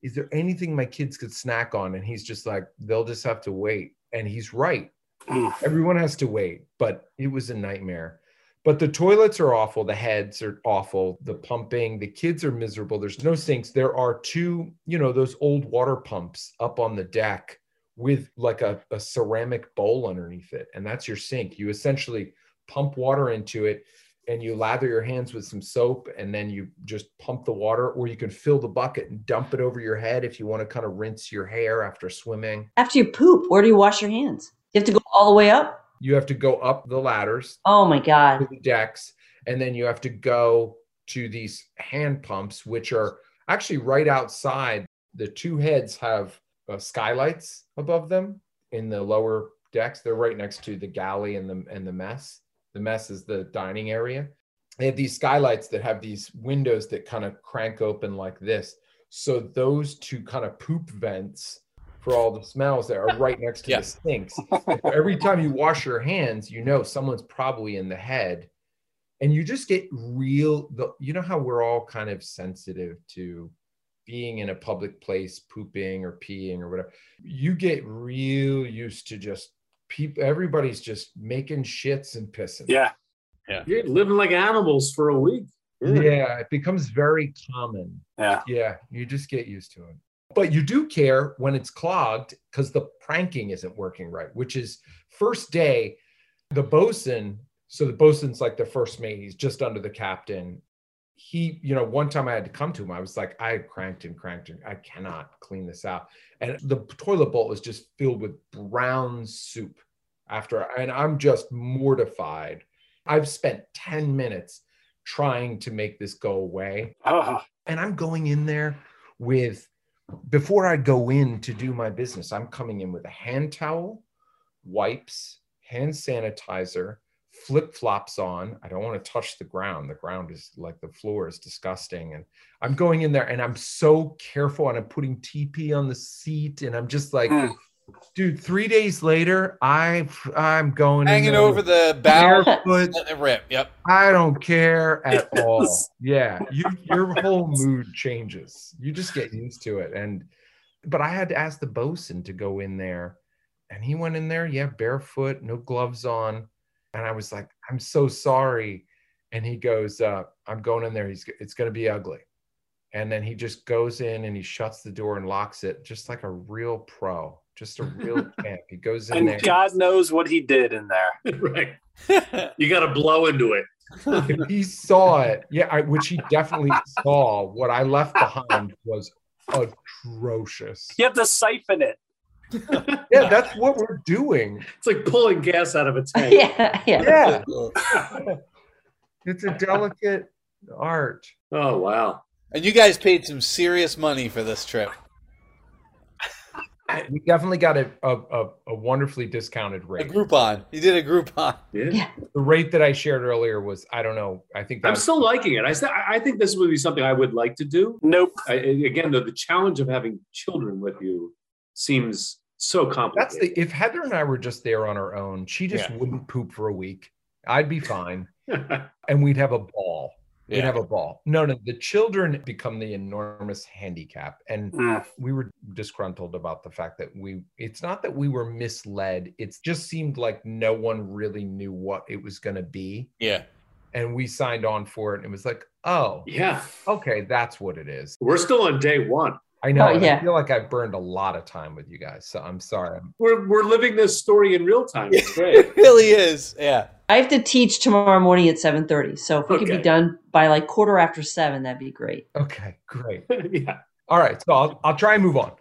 Speaker 5: is there anything my kids could snack on? And he's just like, they'll just have to wait. And he's right.
Speaker 1: Mm.
Speaker 5: Everyone has to wait, but it was a nightmare. But the toilets are awful. The heads are awful. The pumping, the kids are miserable. There's no sinks. There are two, you know, those old water pumps up on the deck with like a, a ceramic bowl underneath it. And that's your sink. You essentially pump water into it and you lather your hands with some soap and then you just pump the water, or you can fill the bucket and dump it over your head if you want to kind of rinse your hair after swimming.
Speaker 3: After you poop, where do you wash your hands? You have to go all the way up?
Speaker 5: You have to go up the ladders
Speaker 3: Oh my God.
Speaker 5: to the decks, and then you have to go to these hand pumps, which are actually right outside. The two heads have uh, skylights above them in the lower decks. They're right next to the galley and the and the mess. The mess is the dining area. They have these skylights that have these windows that kind of crank open like this. So those two kind of poop vents for all the smells that are right next to
Speaker 2: Yeah.
Speaker 5: the sinks. So every time you wash your hands, you know someone's probably in the head, and you just get real. The you know how we're all kind of sensitive to being in a public place, pooping or peeing or whatever. You get real used to just people. Everybody's just making shits and pissing.
Speaker 1: Yeah.
Speaker 4: [laughs] You're living like animals for a week.
Speaker 5: yeah, it becomes very common.
Speaker 1: Yeah.
Speaker 5: Yeah, you just get used to it. But you do care when it's clogged because the pranking isn't working right, which is first day, the bosun. So the bosun's like the first mate, he's just under the captain. He, you know, one time I had to come to him, I was like, I cranked and cranked and I cannot clean this out. And the toilet bowl was just filled with brown soup after, and I'm just mortified. I've spent 10 minutes trying to make this go away
Speaker 1: Oh.
Speaker 5: and I'm going in there with before I go in to do my business, I'm coming in with a hand towel, wipes, hand sanitizer, flip flops on. I don't want to touch the ground. The ground is like the floor is disgusting. And I'm going in there and I'm so careful and I'm putting TP on the seat. And I'm just like,
Speaker 2: Hmm.
Speaker 1: Mm.
Speaker 5: dude, three days later, I I'm going in
Speaker 2: Hanging
Speaker 5: there
Speaker 2: over the bow,
Speaker 5: barefoot.
Speaker 2: letting it rip. Yep.
Speaker 5: I don't care at
Speaker 1: [laughs]
Speaker 5: all.
Speaker 1: Yes.
Speaker 5: Yeah, you, your whole mood changes. You just get used to it. And but I had to ask the bosun to go in there, and he went in there, yeah, barefoot, no gloves on, and I was like, I'm so sorry. And he goes, uh, I'm going in there. He's it's going to be ugly. And then he just goes in and he shuts the door and locks it, just like a real pro, just a real
Speaker 1: [laughs]
Speaker 5: champ. He goes in
Speaker 1: And
Speaker 5: there.
Speaker 4: [laughs]
Speaker 1: God knows what he did in there.
Speaker 4: right. You got to blow into it.
Speaker 5: if he saw it, yeah, I, which he definitely saw, what I left behind was atrocious.
Speaker 1: You have to siphon it.
Speaker 5: Yeah, that's what we're doing.
Speaker 4: It's like pulling gas out of a
Speaker 5: [laughs]
Speaker 3: [laughs]
Speaker 4: tank.
Speaker 3: yeah, yeah.
Speaker 5: Yeah, it's a delicate art.
Speaker 4: Oh wow.
Speaker 2: And you guys paid some serious money for this trip.
Speaker 5: We definitely got a, a, a, a wonderfully discounted
Speaker 2: A
Speaker 5: rate.
Speaker 2: Groupon. You did a Groupon. [laughs]
Speaker 4: Yeah.
Speaker 3: Yeah.
Speaker 5: The rate that I shared earlier was, I don't know, I think that
Speaker 4: I'm
Speaker 5: was-
Speaker 4: still liking it. I said I I think this would be something I would like to do.
Speaker 1: Nope.
Speaker 4: I, again, though, the challenge of having children with you seems so complicated.
Speaker 5: That's the if Heather and I were just there on our own, she just wouldn't poop for a week. I'd be fine, and we'd have a ball. We'd have a ball. No, no, the children become the enormous handicap, and
Speaker 1: Mm.
Speaker 5: we were disgruntled about the fact that we. It's not that we were misled. It just seemed like no one really knew what it was going to be,
Speaker 2: Yeah.
Speaker 5: and we signed on for it, and it was like, oh,
Speaker 4: [laughs] yeah.
Speaker 5: okay, that's what it is.
Speaker 4: We're still on day one.
Speaker 5: I know.
Speaker 3: Oh,
Speaker 5: and I
Speaker 3: yeah.
Speaker 5: feel like I burned a lot of time with you guys, so I'm sorry.
Speaker 4: We're, we're living this story in real time. It's great.
Speaker 5: [laughs]
Speaker 2: It
Speaker 4: [laughs]
Speaker 2: really is. Yeah.
Speaker 3: I have to teach tomorrow morning at seven thirty. So if we could
Speaker 4: Okay.
Speaker 3: be done by like quarter after seven, that'd be great.
Speaker 5: Okay, great.
Speaker 4: yeah.
Speaker 5: All right, so I'll, I'll try and move on.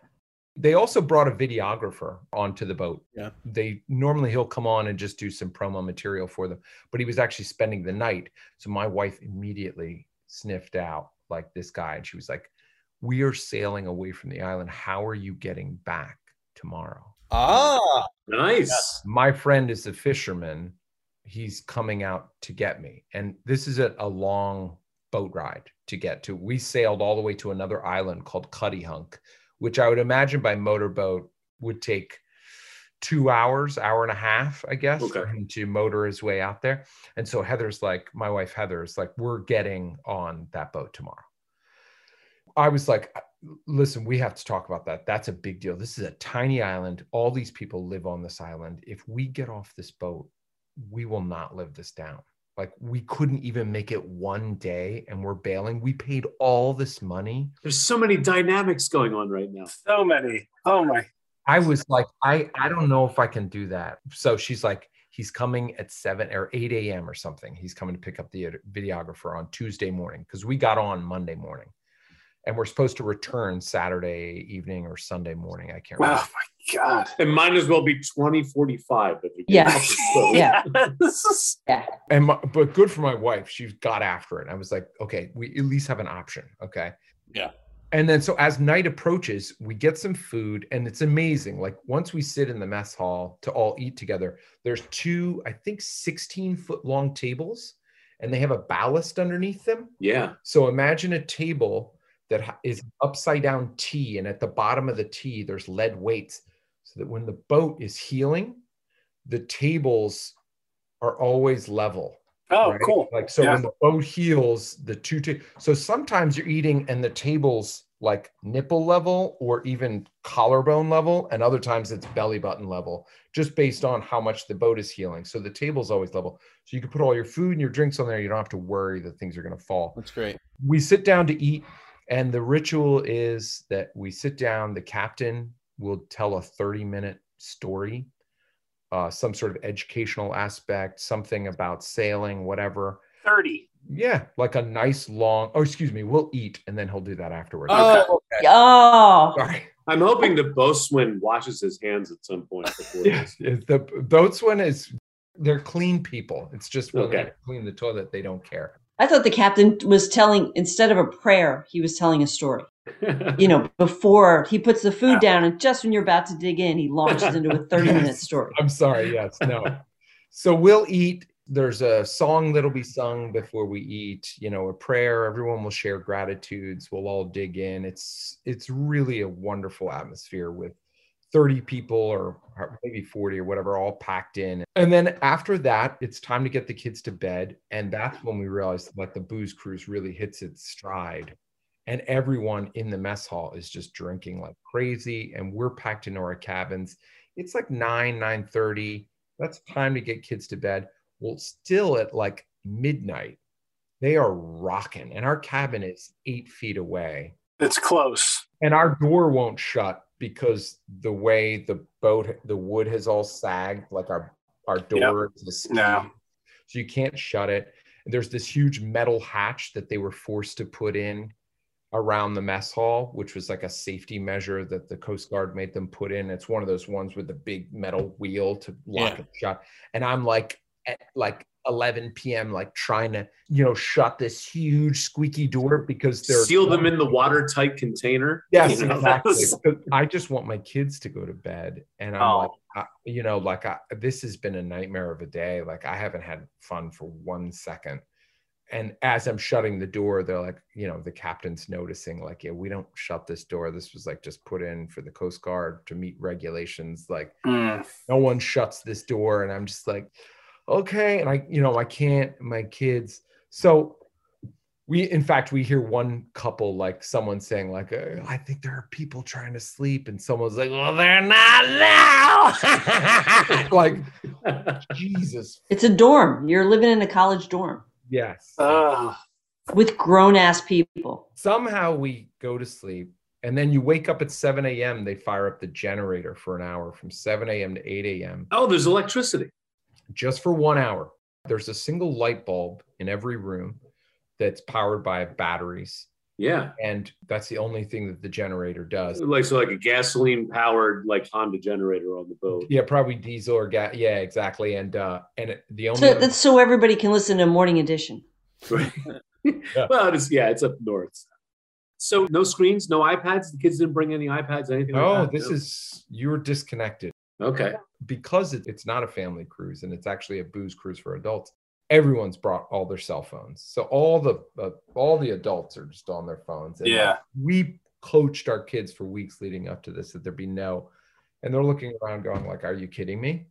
Speaker 5: They also brought a videographer onto the boat.
Speaker 2: Yeah.
Speaker 5: They normally he'll come on and just do some promo material for them, but he was actually spending the night. So my wife immediately sniffed out like this guy, and she was like, "We are sailing away from the island. How are you getting back tomorrow?"
Speaker 2: Ah.
Speaker 4: Nice.
Speaker 5: my friend is a fisherman. He's coming out to get me. And this is a, a long boat ride to get to. We sailed all the way to another island called Cuddy Hunk, which I would imagine by motorboat would take two hours, hour and a half, I guess, for
Speaker 4: Okay.
Speaker 5: him to motor his way out there. And so Heather's like, my wife Heather is like, we're getting on that boat tomorrow. I was like, listen, we have to talk about that. That's a big deal. This is a tiny island. All these people live on this island. If we get off this boat, we will not live this down. Like, we couldn't even make it one day and we're bailing. We paid all this money.
Speaker 4: There's so many dynamics going on right now.
Speaker 1: So many. Oh my.
Speaker 5: I was like, I, I don't know if I can do that. So she's like, he's coming at 7 or 8 a.m. or something. He's coming to pick up the videographer on Tuesday morning because we got on Monday morning and we're supposed to return Saturday evening or Sunday morning. I can't remember.
Speaker 1: Oh my
Speaker 5: [laughs]
Speaker 1: god. [laughs]
Speaker 4: And might as well be 2045. If you get
Speaker 3: Yeah.
Speaker 4: off the
Speaker 3: [laughs]
Speaker 4: boat.
Speaker 3: Yeah.
Speaker 1: [laughs] this is
Speaker 5: and my, but good for my wife she got after it i was like okay we at least have an option okay
Speaker 2: Yeah.
Speaker 5: and then so as night approaches we get some food and it's amazing like once we sit in the mess hall to all eat together there's two i think 16 foot long tables and they have a ballast underneath them
Speaker 4: Yeah.
Speaker 5: so imagine a table that ha- is upside down T, and at the bottom of the T, there's lead weights, so that when the boat is healing, the tables are always level.
Speaker 1: oh
Speaker 5: right?
Speaker 1: cool.
Speaker 5: Like so, when the boat heals, the two ta- so sometimes you're eating and the tables like nipple level or even collarbone level, and other times it's belly button level, just based on how much the boat is healing. So the table's always level, so you can put all your food and your drinks on there. You don't have to worry that things are going to fall
Speaker 2: That's great.
Speaker 5: we sit down to eat and the ritual is that we sit down the captain will tell a 30 minute story uh, some sort of educational aspect something about sailing whatever
Speaker 1: 30.
Speaker 5: yeah like a nice long oh excuse me we'll eat and then he'll do that afterwards
Speaker 2: Oh,
Speaker 3: Oh,
Speaker 5: sorry
Speaker 4: I'm hoping the bosun washes his hands at some point before this.
Speaker 5: yes, yes, the boatswain is they're clean people it's just when
Speaker 4: Okay.
Speaker 5: they clean the toilet they don't care
Speaker 3: I thought the captain was telling instead of a prayer, he was telling a story. You know, before he puts the food down, and just when you're about to dig in, he launches into a
Speaker 5: [laughs]
Speaker 3: 30 minute story.
Speaker 5: i'm sorry yes no so we'll eat there's a song that'll be sung before we eat you know a prayer everyone will share gratitudes we'll all dig in it's it's really a wonderful atmosphere with 30 people or maybe 40 or whatever all packed in and then after that it's time to get the kids to bed and that's when we realized that the booze cruise really hits its stride and everyone in the mess hall is just drinking like crazy and we're packed into our cabins it's like 9 9 30 that's time to get kids to bed well still at like midnight they are rocking and our cabin is eight feet away
Speaker 1: It's close.
Speaker 5: and our door won't shut because the way the boat the wood has all sagged like our our door is a
Speaker 1: No.
Speaker 5: so you can't shut it there's this huge metal hatch that they were forced to put in around the mess hall, which was like a safety measure that the Coast Guard made them put in. It's one of those ones with the big metal wheel to lock
Speaker 2: Yeah.
Speaker 5: it shut. And I'm like at like 11 p.m. like trying to you know shut this huge squeaky door because they're
Speaker 4: Seal them in the watertight container.
Speaker 5: Yes,
Speaker 4: You know,
Speaker 5: exactly.
Speaker 4: that's- [laughs]
Speaker 5: Because I just want my kids to go to bed, and I'm
Speaker 1: Oh.
Speaker 5: like, I, you know, like I, this has been a nightmare of a day. Like I haven't had fun for one second. And as I'm shutting the door, they're like, you know, the captain's noticing, like, yeah, we don't shut this door. This was like just put in for the Coast Guard to meet regulations. Like, no one shuts this door and i'm just like okay and i you know i can't my kids so we in fact we hear one couple like someone saying like uh, i think there are people trying to sleep and someone's like well they're not now [laughs] like jesus
Speaker 3: It's a dorm. You're living in a college dorm
Speaker 5: yes
Speaker 1: Uh,
Speaker 3: with grown ass people.
Speaker 5: somehow we go to sleep and then you wake up at 7 a.m they fire up the generator for an hour from 7 a.m to 8 a.m
Speaker 4: oh, there's electricity.
Speaker 5: just for one hour. There's a single light bulb in every room that's powered by batteries.
Speaker 4: Yeah.
Speaker 5: And that's the only thing that the generator does.
Speaker 4: Like so like a gasoline powered like Honda generator on the
Speaker 5: [laughs]
Speaker 4: boat.
Speaker 5: Yeah, probably diesel or gas. Yeah, exactly. And uh and it- the only
Speaker 3: So
Speaker 5: other-
Speaker 3: that's so everybody can listen to Morning Edition.
Speaker 4: [laughs] Well, it's yeah, it's up north. So no screens, no iPads. The kids didn't bring any iPads, anything like
Speaker 5: oh,
Speaker 4: that.
Speaker 5: this
Speaker 4: No.
Speaker 5: is you're disconnected
Speaker 4: okay.
Speaker 5: because it, it's not a family cruise and it's actually a booze cruise for adults. Everyone's brought all their cell phones, so all the uh, all the adults are just on their phones. And, like,
Speaker 1: Yeah.
Speaker 5: we coached our kids for weeks leading up to this that there'd be no and they're looking around going like are you kidding me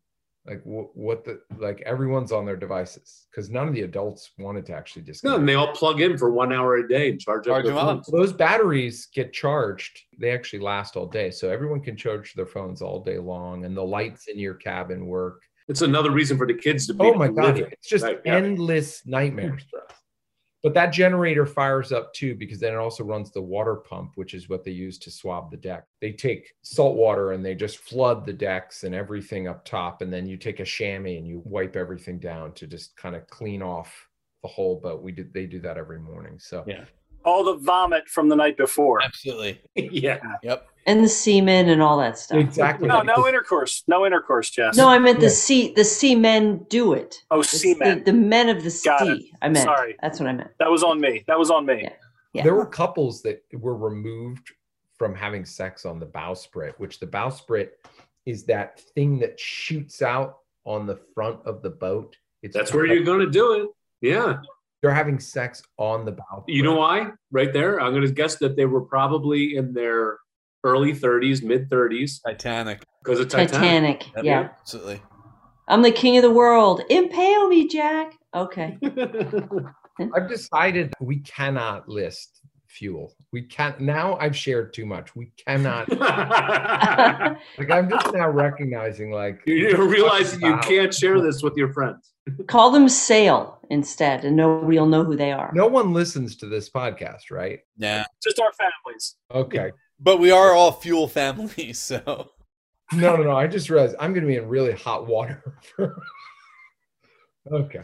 Speaker 5: like wh- what the like everyone's on their devices because none of the adults wanted to actually
Speaker 4: No,
Speaker 5: disconnect
Speaker 4: and they all plug in for one hour a day and charge up
Speaker 2: Charge
Speaker 4: their
Speaker 2: them up.
Speaker 4: phones.
Speaker 5: those batteries get charged they actually last all day so everyone can charge their phones all day long and the lights in your cabin work
Speaker 4: It's another reason for the kids to be
Speaker 5: oh my god
Speaker 4: living. [laughs]
Speaker 5: it's just
Speaker 4: Right, yeah.
Speaker 5: endless nightmares for us but that generator fires up too because then it also runs the water pump which is what they use to swab the deck they take salt water and they just flood the decks and everything up top and then you take a chamois and you wipe everything down to just kind of clean off the whole boat we did they do that every morning so
Speaker 2: Yeah.
Speaker 1: all the vomit from the night before.
Speaker 2: Absolutely.
Speaker 4: yeah.
Speaker 3: And the seamen and all that stuff.
Speaker 5: exactly
Speaker 1: No, no intercourse. No intercourse, Jess.
Speaker 3: No, I meant the
Speaker 5: Yeah.
Speaker 3: sea the seamen do it.
Speaker 1: oh,
Speaker 3: It's
Speaker 1: seamen.
Speaker 3: The, the men of the sea.
Speaker 1: Got it.
Speaker 3: I meant.
Speaker 1: Sorry.
Speaker 3: That's what I meant.
Speaker 1: That was on me. That was on me.
Speaker 3: Yeah. Yeah.
Speaker 5: There were couples that were removed from having sex on the bowsprit, which the bowsprit is that thing that shoots out on the front of the boat. It's
Speaker 4: That's where you're going to do it. Yeah.
Speaker 5: they're having sex on the bowsprit.
Speaker 4: You know why? Right there. I'm going to guess that they were probably in their early 30s, mid 30s
Speaker 2: Titanic.
Speaker 4: because of Titanic.
Speaker 3: Titanic. Yeah.
Speaker 2: Absolutely.
Speaker 3: I'm the king of the world. Impale me, Jack. Okay. [laughs]
Speaker 4: [laughs]
Speaker 5: I've decided we cannot list fuel. We can't now I've shared too much. We
Speaker 4: [laughs]
Speaker 5: cannot like I'm just now recognizing like
Speaker 4: You're realizing you
Speaker 5: Wow.
Speaker 4: can't share this with your friends.
Speaker 3: Call them sail instead, and nobody will know who they are.
Speaker 5: no one listens to this podcast, right?
Speaker 2: Nah.
Speaker 1: Just our families.
Speaker 5: Okay.
Speaker 2: But we are all fuel families, [laughs] so
Speaker 5: No, no, no. I just realized I'm going to be in really hot water. [laughs] for- okay.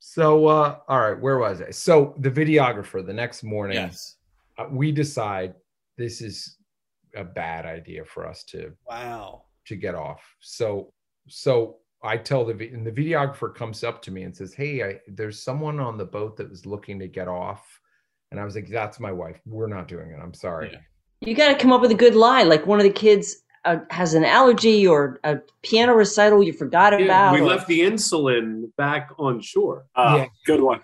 Speaker 5: So, uh, all right, where was I? So, the videographer the next morning,
Speaker 2: yes.
Speaker 5: uh, we decide this is a bad idea for us to
Speaker 2: Wow.
Speaker 5: to get off. So, so I tell the vi- and the videographer comes up to me and says, "Hey, I, there's someone on the boat that was looking to get off," and I was like, "That's my wife. We're not doing it. I'm sorry."
Speaker 2: Yeah.
Speaker 3: You got to come up with a good lie. Like one of the kids uh, has an allergy or a piano recital you forgot
Speaker 4: Yeah,
Speaker 3: about.
Speaker 4: we
Speaker 3: or-
Speaker 4: left the insulin back on shore.
Speaker 1: Uh,
Speaker 5: Yeah.
Speaker 1: Good one.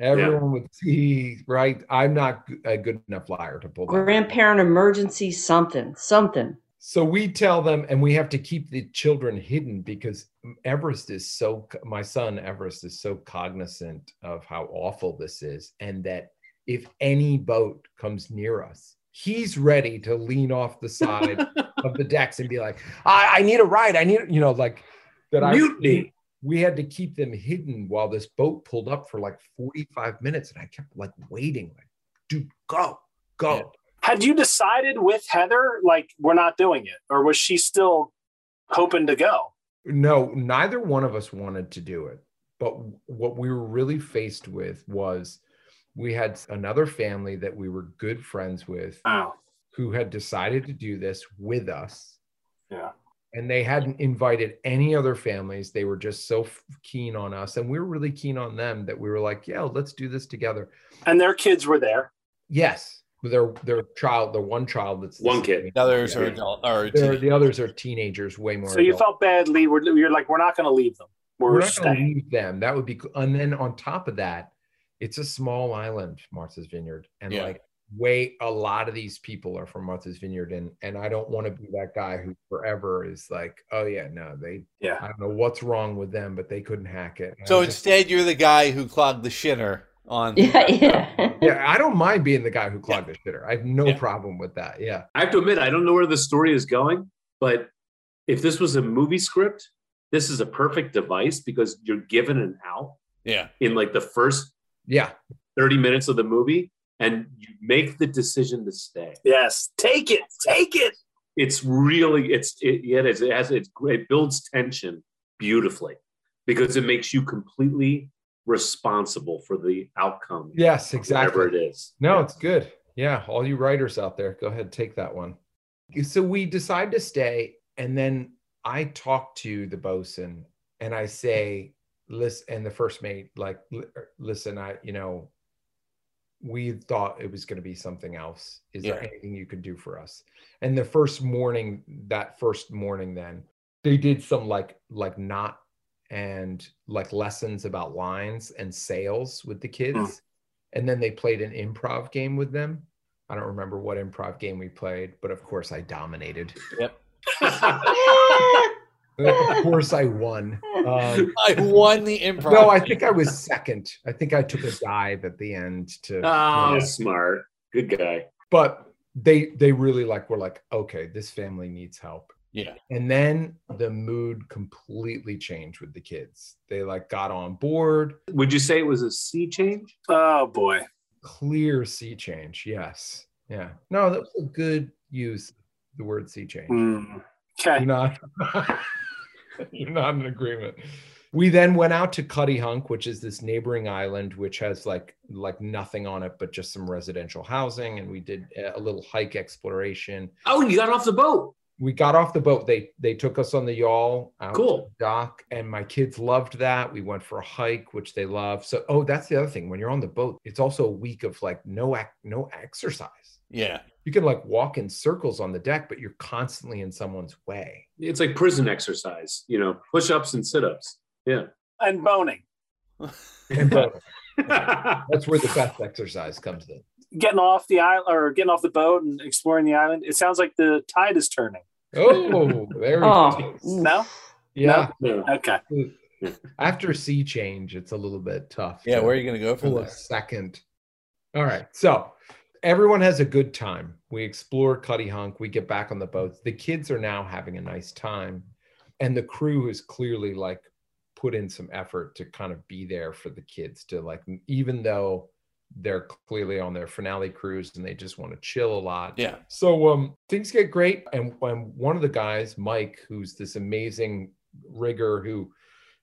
Speaker 5: Everyone would see, right? I'm not g- a good enough liar to pull that.
Speaker 3: grandparent emergency something something [laughs]
Speaker 5: So we tell them, and we have to keep the children hidden because Everest is so, my son Everest is so cognizant of how awful this is. And that if any boat comes near us, he's ready to lean off the side of the decks and be like, I, I need a ride. I need, you know, like that. I-
Speaker 4: Mutiny.
Speaker 5: we had to keep them hidden while this boat pulled up for like 45 minutes. And I kept like waiting, like, dude, go, go.
Speaker 2: Yeah.
Speaker 1: Had you decided with Heather, like, we're not doing it? Or was she still hoping to go?
Speaker 5: No, neither one of us wanted to do it. But what we were really faced with was we had another family that we were good friends with
Speaker 1: Wow.
Speaker 5: who had decided to do this with us.
Speaker 1: Yeah.
Speaker 5: And they hadn't invited any other families. They were just so f- keen on us. And we were really keen on them that we were like, yeah, let's do this together.
Speaker 1: And their kids were there.
Speaker 5: Yes. Their their child, their one child that's
Speaker 4: One kid.
Speaker 2: The others are
Speaker 5: Yeah.
Speaker 2: adult. Are
Speaker 5: They're-
Speaker 2: teen-
Speaker 5: the others
Speaker 2: [laughs]
Speaker 5: are teenagers, way more.
Speaker 1: So you
Speaker 5: adult.
Speaker 1: felt bad, Lee. We're, you're like, we're not going to leave them. We're,
Speaker 5: we're not going to
Speaker 1: staying.
Speaker 5: leave them. That would be, cool. and then on top of that, it's a small island, Martha's Vineyard, and
Speaker 2: Yeah.
Speaker 5: like way a lot of these people are from Martha's Vineyard, and and I don't want to be that guy who forever is like, oh yeah, no, they,
Speaker 1: Yeah.
Speaker 5: I don't know what's wrong with them, but they couldn't hack it. And
Speaker 2: so
Speaker 5: I was just-
Speaker 2: instead, you're the guy who clogged the shitter on.
Speaker 3: [laughs] Yeah, yeah.
Speaker 5: yeah, I don't mind being the guy who clogged the shitter. I have no
Speaker 2: Yeah.
Speaker 5: problem with that. Yeah,
Speaker 4: I have to admit, I don't know where the story is going, but if this was a movie script, this is a perfect device because you're given an out
Speaker 2: [laughs] Yeah.
Speaker 4: in like the first
Speaker 5: yeah,
Speaker 4: 30 minutes of the movie and you make the decision to stay.
Speaker 1: Yes. Take it. Take it.
Speaker 4: It's really, it's, it, yeah, it, is, it has, it's, great. it builds tension beautifully because it makes you completely responsible for the outcome.
Speaker 5: yes,
Speaker 4: Whatever
Speaker 5: exactly.
Speaker 4: it is. [laughs]
Speaker 5: No, it's good. Yeah, all you writers out there, go ahead, take that one. So we decide to stay, and then I talk to the bosun, and I say, "Listen," and the first mate, like, "Li- "Listen, I, you know, we thought it was going to be something else. Is there
Speaker 2: Yeah.
Speaker 5: anything you could do for us?" And the first morning, that first morning, then they did some like, like not and like lessons about lines and sales with the kids and then they played an improv game with them. I don't remember what improv game we played, but of course I dominated.
Speaker 4: Oh,
Speaker 5: of course I won.
Speaker 2: [laughs]
Speaker 5: Um,
Speaker 2: I won the improv.
Speaker 5: no, I think I was second. I think I took a dive at the end to.
Speaker 4: Oh,
Speaker 5: Yeah.
Speaker 4: smart. Good guy.
Speaker 5: But they they really like were like, okay, this family needs help.
Speaker 2: Yeah.
Speaker 5: And then the mood completely changed with the kids. They like got on board.
Speaker 4: Would you say it was a sea change?
Speaker 1: Oh, boy.
Speaker 5: Clear sea change. Yes. Yeah. No, that was a good use. of The word sea change.
Speaker 1: Mm. [laughs] Okay.
Speaker 5: You're not. [laughs] you're not in agreement. We then went out to Cuddy Hunk, which is this neighboring island, which has like like nothing on it but just some residential housing. And we did a little hike exploration.
Speaker 4: Oh, you got off the boat.
Speaker 5: We got off the boat. They they took us on the yawl out
Speaker 4: Cool.
Speaker 5: to the dock, and my kids loved that. We went for a hike, which they love. So oh, that's the other thing. When you're on the boat, it's also a week of like no ac- no exercise.
Speaker 2: [laughs] Yeah.
Speaker 5: You can like walk in circles on the deck, but you're constantly in someone's way.
Speaker 4: [laughs] It's like prison exercise, you know, push ups and sit [laughs] ups.
Speaker 1: And boning.
Speaker 5: And but
Speaker 4: yeah,
Speaker 5: That's where the best exercise comes in.
Speaker 1: Getting off the island or getting off the boat and exploring the island. It sounds like the tide is
Speaker 5: [laughs]
Speaker 1: turning.
Speaker 5: Oh, there we
Speaker 3: Oh,
Speaker 5: go.
Speaker 3: mm.
Speaker 1: No?
Speaker 5: Yeah.
Speaker 4: [laughs]
Speaker 1: Okay.
Speaker 5: After sea change, it's a little bit tough.
Speaker 2: Yeah.
Speaker 5: to
Speaker 2: Where are you going to go from
Speaker 5: pull a
Speaker 2: there?
Speaker 5: second. All right. So everyone has a good time. We explore Cuddy Hunk. We get back on the boats. The kids are now having a nice time. And the crew is clearly like put in some effort to kind of be there for the kids to like, even though they're clearly on their finale cruise and they just want to chill a lot.
Speaker 2: Yeah.
Speaker 5: [laughs] So um, things get great, and when one of the guys, Mike, who's this amazing rigger, who,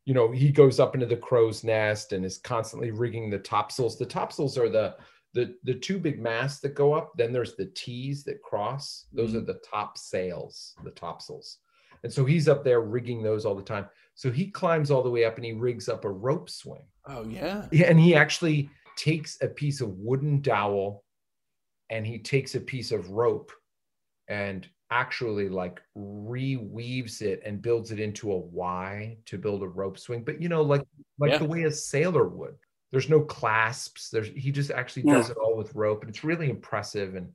Speaker 5: you know, he goes up into the crow's nest and is constantly rigging the topsails. The topsails are the the the two big masts that go up. Then there's the T's that cross. Those are the top sails, the topsails. And so he's up there rigging those all the time. So he climbs all the way up and he rigs up a rope swing.
Speaker 2: Oh
Speaker 3: [laughs]
Speaker 2: yeah. [laughs]
Speaker 5: Yeah, and he actually takes a piece of wooden dowel and he takes a piece of rope and actually like reweaves it and builds it into a Y to build a rope swing. But you know, like like
Speaker 2: Yeah.
Speaker 5: the way a sailor would. There's no clasps. There's he just actually does it all with rope, and it's really impressive. And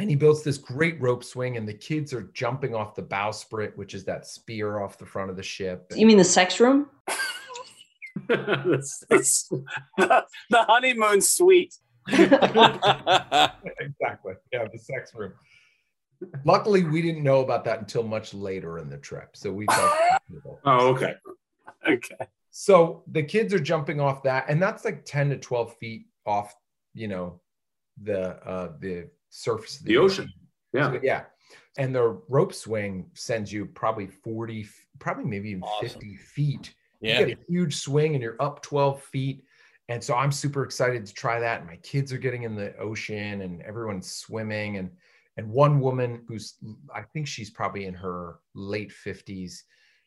Speaker 5: and he builds this great rope swing, and the kids are jumping off the bowsprit, which is that spear off the front of the ship.
Speaker 3: You mean the sex room?
Speaker 4: That's-
Speaker 1: It's [laughs] the, the honeymoon suite.
Speaker 5: exactly. Yeah, the sex room. Luckily, we didn't know about that until much later in the trip. So we thought.
Speaker 4: oh, okay.
Speaker 1: Okay.
Speaker 5: So the kids are jumping off that, and that's like 10 to 12 feet off, you know, the uh the surface of the,
Speaker 4: The ocean.
Speaker 5: So,
Speaker 4: Yeah.
Speaker 5: yeah. And the rope swing sends you probably 40, probably maybe even
Speaker 2: Awesome.
Speaker 5: 50 feet You get a huge swing and you're up 12 feet. And so I'm super excited to try that. And my kids are getting in the ocean and everyone's swimming. And and one woman who's I think she's probably in her late 50s,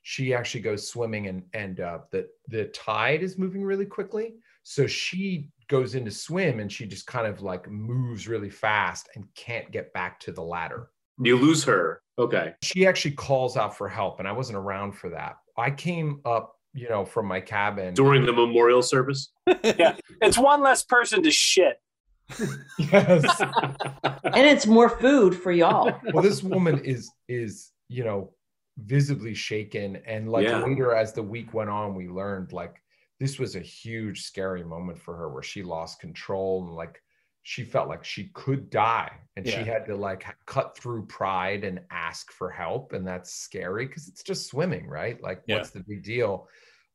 Speaker 5: she actually goes swimming and and uh, the the tide is moving really quickly. So she goes into swim and she just kind of like moves really fast and can't get back to the ladder.
Speaker 4: You lose her. Okay.
Speaker 5: She actually calls out for help, and I wasn't around for that. I came up, you know, from my cabin
Speaker 4: During the memorial service?
Speaker 1: It's one less person to shit.
Speaker 5: Yes.
Speaker 3: and it's more food for y'all.
Speaker 5: well this woman is is you know visibly shaken and like
Speaker 4: Yeah.
Speaker 5: later as the week went on we learned like this was a huge scary moment for her where she lost control and like she felt like she could die and she
Speaker 2: Yeah.
Speaker 5: had to like ha- cut through pride and ask for help and that's scary because it's just swimming right like
Speaker 2: Yeah.
Speaker 5: what's the big deal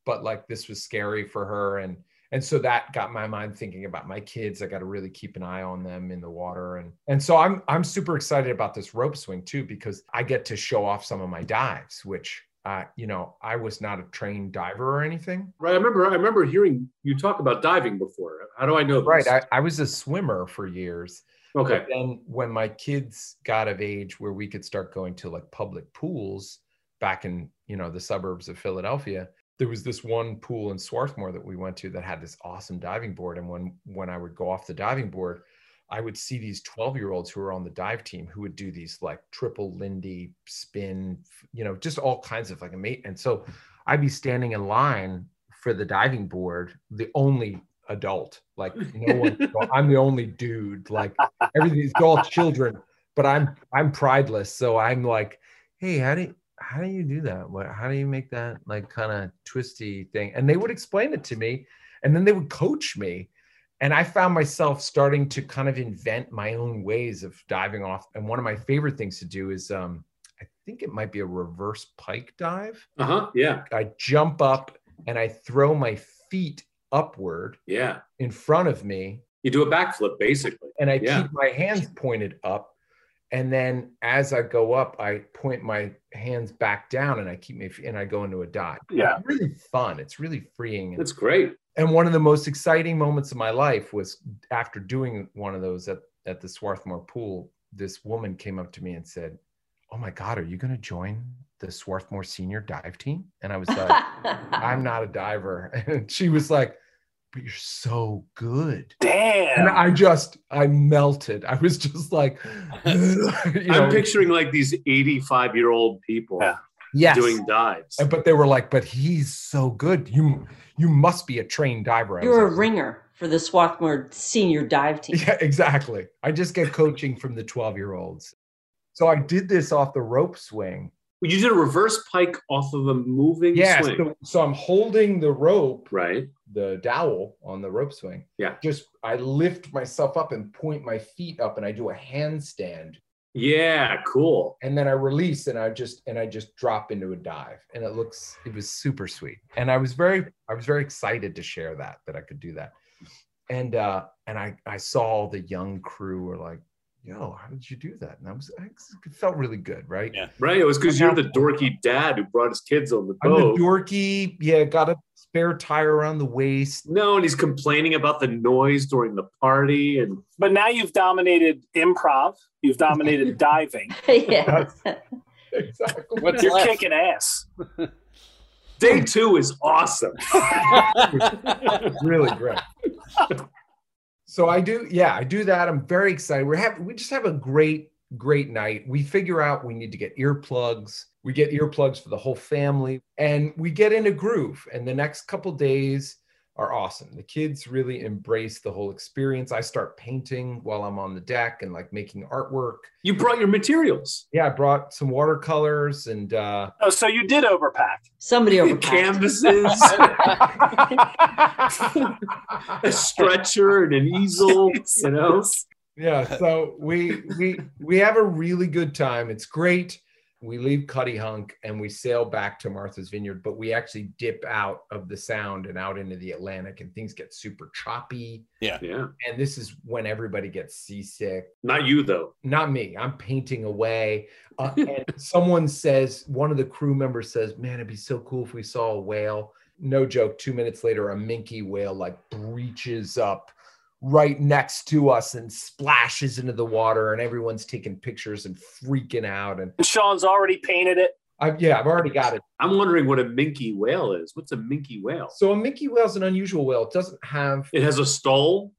Speaker 5: but like this was scary for her and and so that got my mind thinking about my kids i got to really keep an eye on them in the water and and so i'm i'm super excited about this rope swing too because i get to show off some of my dives which uh, you know i was not a trained diver or anything
Speaker 4: Right. I remember I remember hearing you talk about diving before. How do I know this?
Speaker 5: right i, I was a swimmer for years
Speaker 4: okay.
Speaker 5: But then when my kids got of age where we could start going to like public pools back in, you know, the suburbs of Philadelphia, there was this one pool in Swarthmore that we went to that had this awesome diving board. And when when I would go off the diving board, I would see these 12 year olds who were on the dive team who would do these like triple Lindy spin, you know, just all kinds of like amazing. And so I'd be standing in line for the diving board, the only adult, like no one, I'm the only dude, like everything's all children, but I'm, I'm prideless. So I'm like, Hey, how do you, how do you do that? What, how do you make that like kind of twisty thing? And they would explain it to me and then they would coach me. And I found myself starting to kind of invent my own ways of diving off. And one of my favorite things to do is, um, I think it might be a reverse pike dive.
Speaker 4: Uh-huh. Yeah.
Speaker 5: I jump up and I throw my feet upward
Speaker 4: Yeah.
Speaker 5: in front of me
Speaker 4: You do a backflip basically.
Speaker 5: and I
Speaker 4: Yeah.
Speaker 5: keep my hands pointed up. And then as I go up, I point my hands back down and I keep my feet and I go into a dive.
Speaker 1: Yeah.
Speaker 5: It's really fun. It's really freeing. And,
Speaker 4: That's great.
Speaker 5: and one of the most exciting moments of my life was after doing one of those at, at the Swarthmore pool, this woman came up to me and said, Oh my God, are you going to join the Swarthmore senior dive team? And I was like,
Speaker 3: [laughs]
Speaker 5: I'm not a diver. [laughs] And she was like, but you're so good.
Speaker 1: Damn.
Speaker 5: And I just, I melted. I was
Speaker 4: [laughs]
Speaker 5: just like, [laughs] you know,
Speaker 4: I'm picturing like these 85 year old people
Speaker 1: Yeah.
Speaker 5: yes.
Speaker 4: doing dives.
Speaker 5: And- but they were like, but he's so good. You, you must be a trained diver. I
Speaker 3: You're a
Speaker 5: was like,
Speaker 3: ringer for the Swarthmore senior dive team.
Speaker 5: [laughs] Yeah, exactly. I just get coaching from the 12 year olds. So I did this off the rope swing
Speaker 4: You did a reverse pike off of a moving
Speaker 5: Yeah,
Speaker 4: swing.
Speaker 5: so, so I'm holding the rope,
Speaker 4: Right.
Speaker 5: the dowel on the rope swing.
Speaker 4: Yeah.
Speaker 5: Just I lift myself up and point my feet up and I do a handstand
Speaker 4: Yeah, cool.
Speaker 5: and then I release and I just and I just drop into a dive and it looks it was super sweet. And I was very I was very excited to share that that I could do that. And uh and I I saw the young crew were like, "Yo, how did you do that?" And I was I, it felt really good, right?
Speaker 2: Yeah.
Speaker 4: Right. It was because you're the dorky dad who brought his kids on the
Speaker 5: I'm
Speaker 4: boat.
Speaker 5: the dorky, yeah, got a spare tire around the waist.
Speaker 4: [laughs] no, and he's complaining about the noise during the party. And
Speaker 1: but now you've dominated improv. You've
Speaker 5: [laughs]
Speaker 1: dominated diving.
Speaker 3: [laughs] yeah.
Speaker 5: Exactly.
Speaker 2: What's
Speaker 1: You're
Speaker 2: left?
Speaker 1: kicking ass.
Speaker 4: day two is
Speaker 5: [laughs]
Speaker 4: awesome.
Speaker 5: really great. so I do, yeah, I do that. I'm very excited. We're having, we just have a great, great night. We figure out we need to get earplugs. We get earplugs for the whole family, and we get in a groove. And the next couple days are awesome. The kids really embrace the whole experience. I start painting while I'm on the deck and like making artwork.
Speaker 4: You brought your materials.
Speaker 5: Yeah, I brought some watercolors and uh,
Speaker 1: Oh, so you did overpack.
Speaker 3: Somebody
Speaker 4: [laughs]
Speaker 3: overpacked.
Speaker 4: Canvases, a stretcher, and an easel, you know?
Speaker 5: yeah so we we we have a really good time it's great we leave Cuddy Hunk and we sail back to Martha's Vineyard, but we actually dip out of the sound and out into the Atlantic and things get super choppy.
Speaker 4: Yeah.
Speaker 5: And this is when everybody gets seasick.
Speaker 4: Not you though.
Speaker 5: Not me. I'm painting away. Uh, and someone says, one of the crew members says, man, it'd be so cool if we saw a whale. No joke. Two minutes later, a minke whale like breaches up right next to us and splashes into the water and everyone's taking pictures and freaking out. And
Speaker 1: And Sean's already painted it.
Speaker 5: I've, yeah, I've already got it
Speaker 4: I'm wondering what a minke whale is. What's a minke whale?
Speaker 5: So a minke whale is an unusual whale. It doesn't have
Speaker 4: It has a stall.